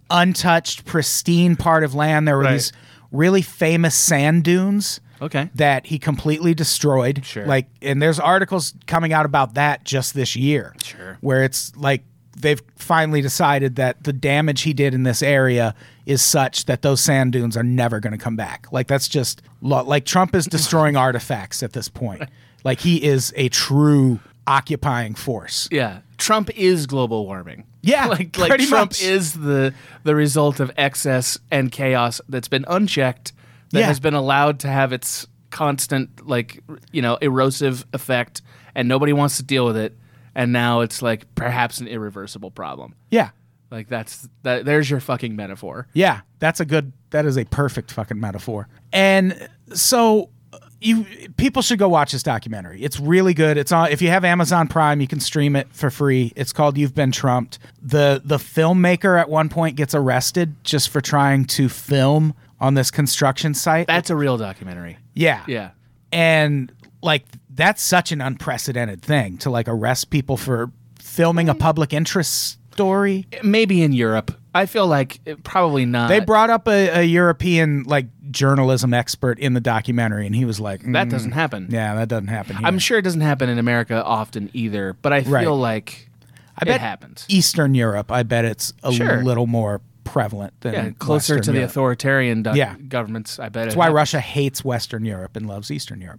Speaker 3: untouched, pristine part of land. There were
Speaker 4: Right.
Speaker 3: these really famous sand dunes.
Speaker 4: Okay.
Speaker 3: That he completely destroyed.
Speaker 4: Sure.
Speaker 3: Like, and there's articles coming out about that just this year.
Speaker 4: Sure.
Speaker 3: Where it's like they've finally decided that the damage he did in this area is such that those sand dunes are never going to come back. Like, that's just lo- like Trump is destroying (laughs) artifacts at this point. Like, he is a true occupying
Speaker 4: (laughs)
Speaker 3: force.
Speaker 4: Yeah. Trump is global warming.
Speaker 3: Yeah,
Speaker 4: (laughs) Like like
Speaker 3: pretty
Speaker 4: Trump
Speaker 3: much.
Speaker 4: is the the result of excess and chaos that's been unchecked that
Speaker 3: Yeah.
Speaker 4: has been allowed to have its constant like you know erosive effect and nobody wants to deal with it and now it's like perhaps an irreversible problem.
Speaker 3: Yeah.
Speaker 4: Like that's that there's your fucking metaphor.
Speaker 3: Yeah, that's a good. That is a perfect fucking metaphor. And so uh, you people should go watch this documentary. It's really good. It's on if you have Amazon Prime, you can stream it for free. It's called You've Been Trumped. The the filmmaker at one point gets arrested just for trying to film on this construction site.
Speaker 4: That's a real documentary.
Speaker 3: yeah.
Speaker 4: Yeah.
Speaker 3: And like that's such an unprecedented thing to like arrest people for filming a public interest story.
Speaker 4: Maybe in Europe. I feel like it- probably not.
Speaker 3: They brought up a, a European like journalism expert in the documentary, and he was like,
Speaker 4: that
Speaker 3: "Mm,
Speaker 4: doesn't happen.
Speaker 3: Yeah, that doesn't happen. Here.
Speaker 4: I'm sure it doesn't happen in America often either, but I feel
Speaker 3: Right.
Speaker 4: like
Speaker 3: I bet
Speaker 4: it happens.
Speaker 3: Eastern Europe. I bet it's a
Speaker 4: Sure.
Speaker 3: little more prevalent than
Speaker 4: Yeah, closer
Speaker 3: Western
Speaker 4: to the
Speaker 3: Europe.
Speaker 4: authoritarian doc-
Speaker 3: Yeah.
Speaker 4: governments, I bet.
Speaker 3: That's why Russia hates Western Europe and loves Eastern Europe.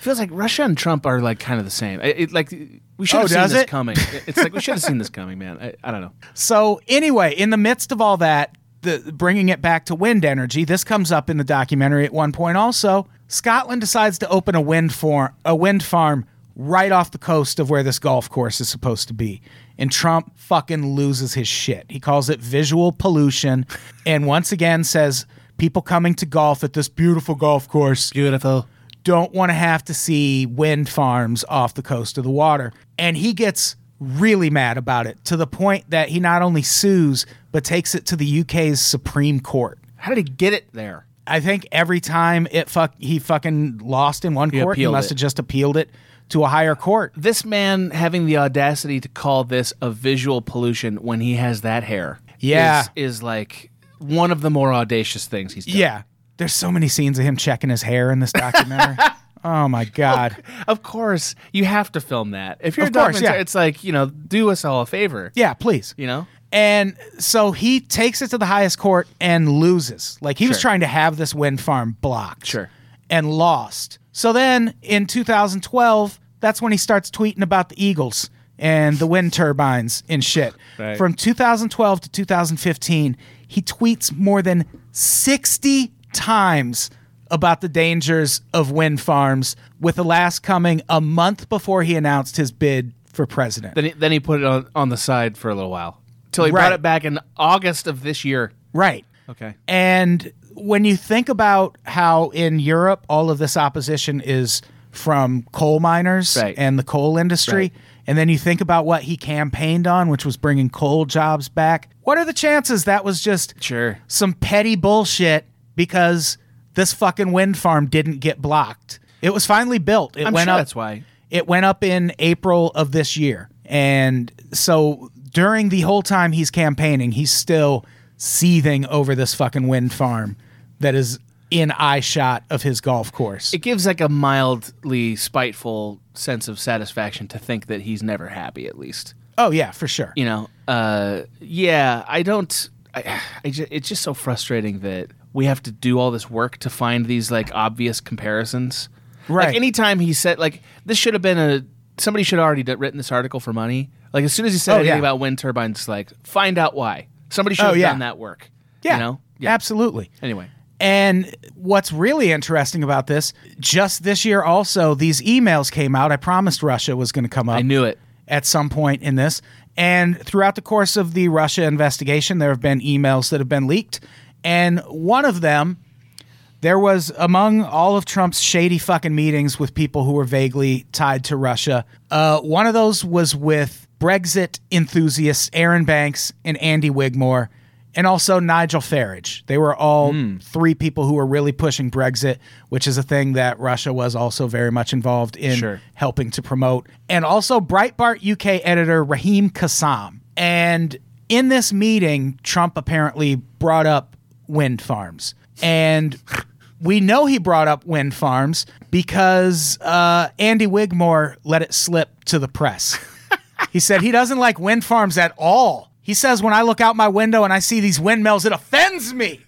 Speaker 4: feels like Russia and Trump are like kind of the same. It, it- like we should
Speaker 3: Oh,
Speaker 4: have seen
Speaker 3: does
Speaker 4: this
Speaker 3: it? (laughs)
Speaker 4: coming. It- It's like we should have seen this coming, man. I, I don't know.
Speaker 3: So anyway, in the midst of all that, the bringing it back to wind energy, this comes up in the documentary at one point. Also, Scotland decides to open a wind farm, a wind farm right off the coast of where this golf course is supposed to be. And Trump fucking loses his shit. He calls it visual pollution, and once again says people coming to golf at this beautiful golf course
Speaker 4: Beautiful.
Speaker 3: don't want to have to see wind farms off the coast of the water. And he gets really mad about it to the point that he not only sues, but takes it to the UK's Supreme Court.
Speaker 4: How did he get it there?
Speaker 3: I think every time it fuck he fucking lost in one court, he
Speaker 4: appealed
Speaker 3: must
Speaker 4: it.
Speaker 3: have just appealed it to a higher court.
Speaker 4: This man having the audacity to call this a visual pollution when he has that hair.
Speaker 3: Yeah.
Speaker 4: is, is like one of the more audacious things he's done.
Speaker 3: Yeah. There's so many scenes of him checking his hair in this
Speaker 4: (laughs)
Speaker 3: documentary. oh my god.
Speaker 4: Of course, you have to film that. If you're
Speaker 3: Of
Speaker 4: a
Speaker 3: course,
Speaker 4: documentary,
Speaker 3: yeah.
Speaker 4: it's like, you know, do us all a favor.
Speaker 3: Yeah, please.
Speaker 4: You know?
Speaker 3: And so he takes it to the highest court and loses. Like he was
Speaker 4: Sure.
Speaker 3: trying to have this wind farm blocked.
Speaker 4: Sure.
Speaker 3: And lost. So then in 2012, that's when he starts tweeting about the Eagles and the wind turbines and shit.
Speaker 4: (laughs) Right.
Speaker 3: From 2012 to 2015, he tweets more than 60 times about the dangers of wind farms, with the last coming a month before he announced his bid for president.
Speaker 4: Then he, then he put it on, on the side for a little while. Till he
Speaker 3: Right.
Speaker 4: brought it back in August of this year.
Speaker 3: right.
Speaker 4: Okay.
Speaker 3: And when you think about how in Europe all of this opposition is from coal miners
Speaker 4: Right.
Speaker 3: and the coal industry,
Speaker 4: Right.
Speaker 3: and then you think about what he campaigned on, which was bringing coal jobs back, what are the chances that was just
Speaker 4: Sure.
Speaker 3: some petty bullshit because this fucking wind farm didn't get blocked? It was finally built. It
Speaker 4: I'm
Speaker 3: went
Speaker 4: sure
Speaker 3: up.
Speaker 4: that's why.
Speaker 3: It went up in April of this year. And so during the whole time he's campaigning, he's still seething over this fucking wind farm that is in eye shot of his golf course.
Speaker 4: It gives like a mildly spiteful sense of satisfaction to think that he's never happy, at least.
Speaker 3: oh, yeah, for sure.
Speaker 4: You know? Uh, yeah, I don't. I, I ju- it's just so frustrating that we have to do all this work to find these like obvious comparisons.
Speaker 3: Right.
Speaker 4: Like anytime he said like this should have been a somebody should have already d- written this article for money. Like as soon as he said
Speaker 3: Oh,
Speaker 4: anything
Speaker 3: yeah.
Speaker 4: about wind turbines, like find out why somebody should
Speaker 3: Oh,
Speaker 4: have
Speaker 3: yeah.
Speaker 4: done that work.
Speaker 3: Yeah.
Speaker 4: You know.
Speaker 3: Absolutely.
Speaker 4: Anyway.
Speaker 3: And what's really interesting about this, just this year also, these emails came out. I promised Russia was going to come up.
Speaker 4: I knew it.
Speaker 3: at some point in this. And throughout the course of the Russia investigation, there have been emails that have been leaked. And one of them, there was among all of Trump's shady fucking meetings with people who were vaguely tied to Russia, uh, one of those was with Brexit enthusiasts Aaron Banks and Andy Wigmore, and also Nigel Farage. They were all three people who were really pushing Brexit, which is a thing that Russia was also very much involved in
Speaker 4: Sure.
Speaker 3: helping to promote, and also Breitbart UK editor Raheem Kassam. And in this meeting, Trump apparently brought up wind farms. And we know he brought up wind farms because uh, Andy Wigmore let it slip to the press. he said he doesn't like wind farms at all. He says, when I look out my window and I see these windmills, it offends me.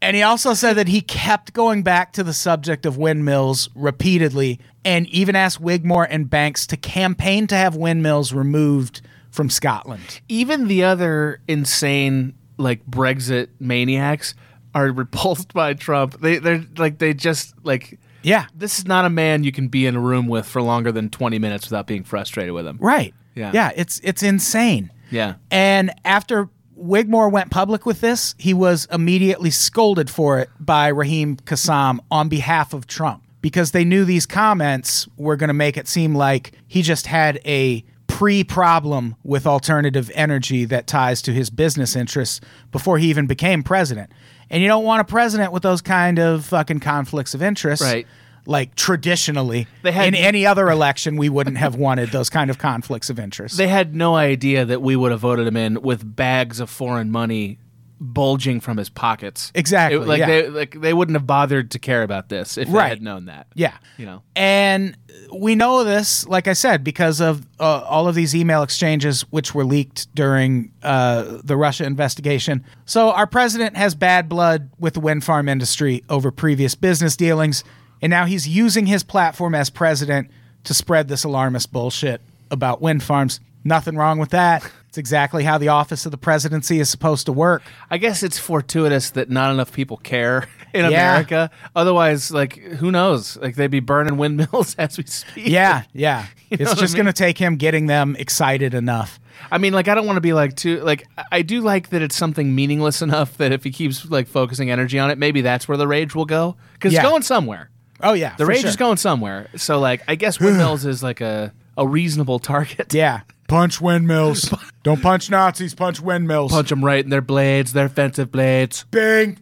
Speaker 3: And he also said that he kept going back to the subject of windmills repeatedly and even asked Wigmore and Banks to campaign to have windmills removed from Scotland.
Speaker 4: even the other insane like Brexit maniacs are repulsed by Trump. They they're like they just like
Speaker 3: Yeah.
Speaker 4: this is not a man you can be in a room with for longer than 20 minutes without being frustrated with him.
Speaker 3: Right.
Speaker 4: Yeah.
Speaker 3: Yeah, it's it's insane.
Speaker 4: Yeah.
Speaker 3: And after Wigmore went public with this, he was immediately scolded for it by Raheem Kassam on behalf of Trump because they knew these comments were going to make it seem like he just had a pre problem with alternative energy that ties to his business interests before he even became president. And you don't want a president with those kind of fucking conflicts of interest.
Speaker 4: Right.
Speaker 3: Like traditionally,
Speaker 4: They had-
Speaker 3: in any other election, we wouldn't have wanted those kind of conflicts of interest.
Speaker 4: They had no idea that we would have voted him in with bags of foreign money bulging from his pockets.
Speaker 3: Exactly,
Speaker 4: It- like
Speaker 3: yeah.
Speaker 4: they like they wouldn't have bothered to care about this if they
Speaker 3: Right.
Speaker 4: had known that.
Speaker 3: Yeah.
Speaker 4: You know.
Speaker 3: And we know this, like I said, because of uh, all of these email exchanges which were leaked during uh, the Russia investigation. So our president has bad blood with the wind farm industry over previous business dealings, and now he's using his platform as president to spread this alarmist bullshit about wind farms. Nothing wrong with that. It's exactly how the office of the presidency is supposed to work.
Speaker 4: I guess it's fortuitous that not enough people care (laughs) in
Speaker 3: Yeah.
Speaker 4: America. Otherwise, like who knows? Like they'd be burning windmills (laughs) as we speak.
Speaker 3: Yeah, (laughs) yeah. it's
Speaker 4: what I
Speaker 3: just
Speaker 4: mean?
Speaker 3: going to take him getting them excited enough.
Speaker 4: I mean, like I don't want to be like too like I- I do like that it's something meaningless (laughs) enough that if he keeps like focusing energy on it, maybe that's where the rage will go because
Speaker 3: Yeah.
Speaker 4: it's going somewhere.
Speaker 3: Oh yeah,
Speaker 4: The
Speaker 3: for
Speaker 4: rage
Speaker 3: sure.
Speaker 4: is going somewhere. So like I
Speaker 3: (sighs)
Speaker 4: guess windmills is like a a reasonable target. (laughs)
Speaker 3: Yeah. Punch (laughs) windmills. Don't punch Nazis, punch windmills.
Speaker 4: Punch them right in their blades, their offensive blades.
Speaker 3: (laughs) Bing.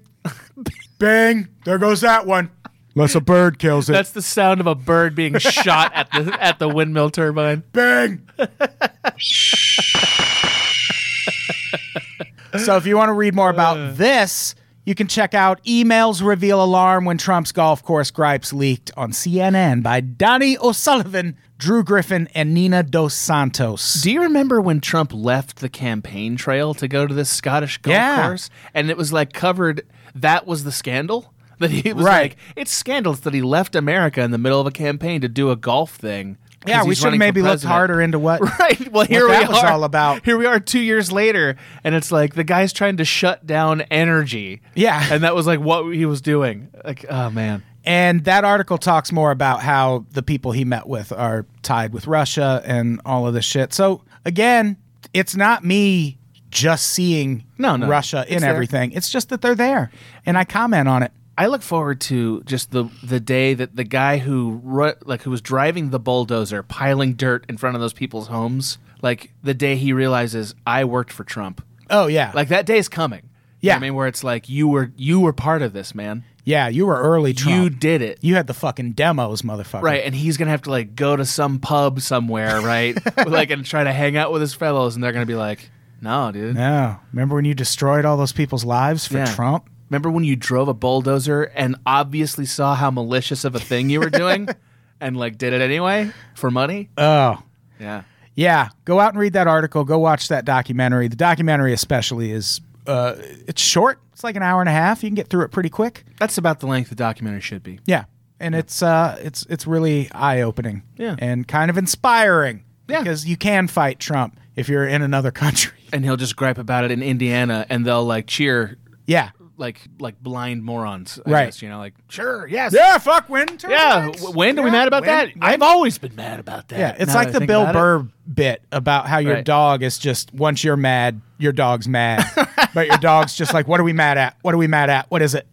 Speaker 3: Bing. There goes that one. Unless a bird kills it.
Speaker 4: That's the sound of a
Speaker 3: (laughs)
Speaker 4: bird being shot at the at the windmill turbine.
Speaker 3: Bing. (laughs) so if you want to read more about this, you can check out Emails Reveal Alarm When Trump's Golf Course Gripes Leaked on CNN by Donnie O'Sullivan, Drew Griffin, and Nina Dos Santos.
Speaker 4: Do you remember when Trump left the campaign trail to go to this Scottish golf
Speaker 3: Yeah.
Speaker 4: course? And it was like covered that was the scandal? (laughs) That he was
Speaker 3: Right.
Speaker 4: like it's scandalous that he left America in the middle of a campaign to do a golf thing. 'cause
Speaker 3: Yeah, we
Speaker 4: he's
Speaker 3: should have
Speaker 4: running for
Speaker 3: maybe looked
Speaker 4: president.
Speaker 3: harder into what.
Speaker 4: (laughs) Right. Well, here
Speaker 3: that
Speaker 4: we
Speaker 3: was
Speaker 4: are.
Speaker 3: all about.
Speaker 4: (laughs) Here we are, two years later, and it's like the guy's trying to shut down energy.
Speaker 3: Yeah.
Speaker 4: and that was like what he was doing. Like, oh man,
Speaker 3: And that article talks more about how the people he met with are tied with Russia and all of this shit. So again, it's not me just seeing
Speaker 4: No, no.
Speaker 3: Russia in
Speaker 4: It's there.
Speaker 3: everything. It's just that they're there, and I comment on it.
Speaker 4: I look forward to just the the day that the guy who ru- like who was driving the bulldozer piling dirt in front of those people's homes, like the day he realizes I worked for Trump.
Speaker 3: Oh yeah,
Speaker 4: Like that day is coming. You know
Speaker 3: Yeah.
Speaker 4: what I mean, where it's like you were you were part of this, man.
Speaker 3: yeah, you were early. Trump.
Speaker 4: You did it.
Speaker 3: You had the fucking demos, motherfucker.
Speaker 4: Right, and he's gonna have to like go to some pub
Speaker 3: (laughs)
Speaker 4: somewhere, right? like and try to hang out with his fellows, and they're gonna be like, "No, dude."
Speaker 3: No, remember when you destroyed all those people's lives for
Speaker 4: Yeah.
Speaker 3: Trump?
Speaker 4: Remember when you drove a bulldozer and obviously saw how malicious of a thing you were
Speaker 3: (laughs)
Speaker 4: doing, and like did it anyway for money?
Speaker 3: Oh.
Speaker 4: yeah,
Speaker 3: Yeah, go out and read that article. Go watch that documentary. The documentary, especially, is uh, it's short. It's like an hour and a half. You can get through it pretty quick.
Speaker 4: That's about the length the documentary should be.
Speaker 3: Yeah, and it's uh, it's it's really eye opening.
Speaker 4: Yeah.
Speaker 3: and kind of inspiring.
Speaker 4: Yeah.
Speaker 3: because you can fight Trump if you're in another (laughs) country.
Speaker 4: And he'll just gripe about it in Indiana, and they'll like cheer,
Speaker 3: Yeah,
Speaker 4: like like blind morons. I
Speaker 3: Right.
Speaker 4: guess, you know, like sure, yes,
Speaker 3: yeah. Fuck wind
Speaker 4: yeah. w- When are we mad about that? I've always been mad about that.
Speaker 3: Yeah, it's
Speaker 4: now
Speaker 3: like
Speaker 4: that I
Speaker 3: the
Speaker 4: think
Speaker 3: Bill
Speaker 4: about it.
Speaker 3: Burr bit about how your
Speaker 4: Right.
Speaker 3: dog is just once you're mad, your dog's
Speaker 4: (laughs)
Speaker 3: mad, but your dog's just like, what are we mad at? What are we mad at? What is it?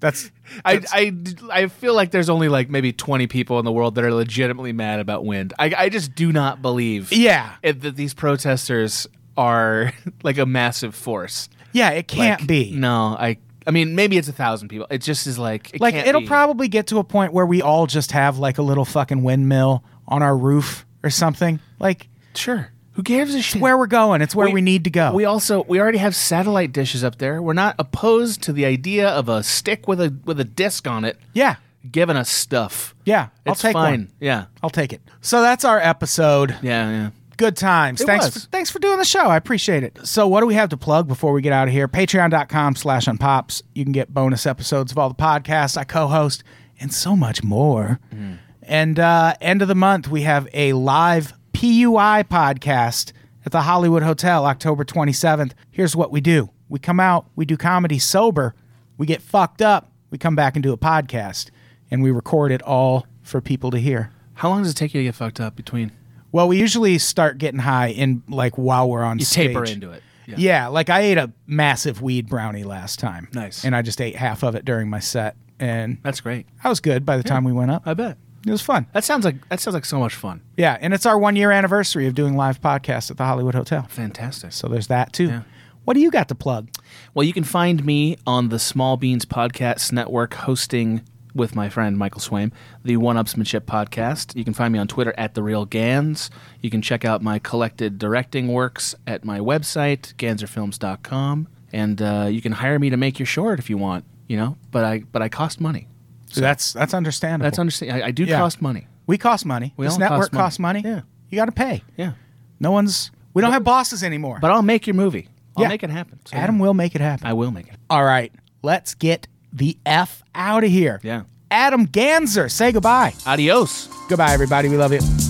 Speaker 3: That's
Speaker 4: I, I, I feel like there's only like maybe 20 people in the world that are legitimately mad about wind. I, I just do not believe
Speaker 3: yeah,
Speaker 4: it- that these protesters are (laughs) like a massive force.
Speaker 3: yeah. It can't
Speaker 4: Like,
Speaker 3: be.
Speaker 4: No, I I mean maybe it's a thousand people. It just is like it
Speaker 3: like
Speaker 4: can't
Speaker 3: it'll
Speaker 4: be.
Speaker 3: probably get to a point where we all just have like a little fucking windmill on our roof or something. Like
Speaker 4: sure. Who gives a shit?
Speaker 3: where we're going, it's where we, need to go.
Speaker 4: We also we already have satellite dishes up there. We're not opposed to the idea of a stick with a with a disc on it
Speaker 3: yeah,
Speaker 4: giving us stuff.
Speaker 3: yeah. I'll
Speaker 4: it's
Speaker 3: take
Speaker 4: fine.
Speaker 3: one.
Speaker 4: Yeah,
Speaker 3: I'll take it. So that's our episode.
Speaker 4: yeah, yeah.
Speaker 3: good times.
Speaker 4: It
Speaker 3: thanks,
Speaker 4: was.
Speaker 3: For, thanks for doing the show. I appreciate it. So, what do we have to plug before we get out of here? Patreon.com slash unpops. You can get bonus episodes of all the podcasts I co host and so much more.
Speaker 4: Mm.
Speaker 3: And uh, end of the month, we have a live PUI podcast at the Hollywood Hotel, October 27th. Here's what we do we come out, we do comedy sober, we get fucked up, we come back and do a podcast, and we record it all for people to hear.
Speaker 4: How long does it take you to get fucked up between?
Speaker 3: Well, we usually start getting high in like while we're on
Speaker 4: You
Speaker 3: stage.
Speaker 4: taper into it.
Speaker 3: Yeah. like I ate a massive weed brownie last time.
Speaker 4: Nice.
Speaker 3: And I just ate half of it during my set, and
Speaker 4: That's great.
Speaker 3: I was good by the time we went up.
Speaker 4: I bet.
Speaker 3: It was fun.
Speaker 4: That sounds like that sounds like so much fun.
Speaker 3: Yeah, and it's our one year anniversary of doing live podcasts at the Hollywood Hotel.
Speaker 4: Fantastic.
Speaker 3: So there's that too. What do you got to plug?
Speaker 4: Well, you can find me on the Small Beans Podcast Network hosting with my friend Michael Swaim, the One Upsmanship Podcast. You can find me on Twitter at The Real Gans. You can check out my collected directing works at my website, ganserfilms.com. And uh, you can hire me to make your short if you want, you know, but I but I cost money.
Speaker 3: that's that's understandable.
Speaker 4: That's understand. I, I do
Speaker 3: Yeah.
Speaker 4: cost money.
Speaker 3: we cost money.
Speaker 4: We
Speaker 3: this
Speaker 4: all cost
Speaker 3: network
Speaker 4: money.
Speaker 3: costs money.
Speaker 4: Yeah.
Speaker 3: You got to pay.
Speaker 4: Yeah.
Speaker 3: No one's. We don't have bosses anymore.
Speaker 4: But I'll make your movie. I'll
Speaker 3: Yeah.
Speaker 4: make it happen. So,
Speaker 3: Adam will make it happen.
Speaker 4: I will make it.
Speaker 3: All right, let's get the F out of here.
Speaker 4: Yeah.
Speaker 3: Adam Ganzer, say goodbye.
Speaker 4: Adios.
Speaker 3: Goodbye, everybody. We love you.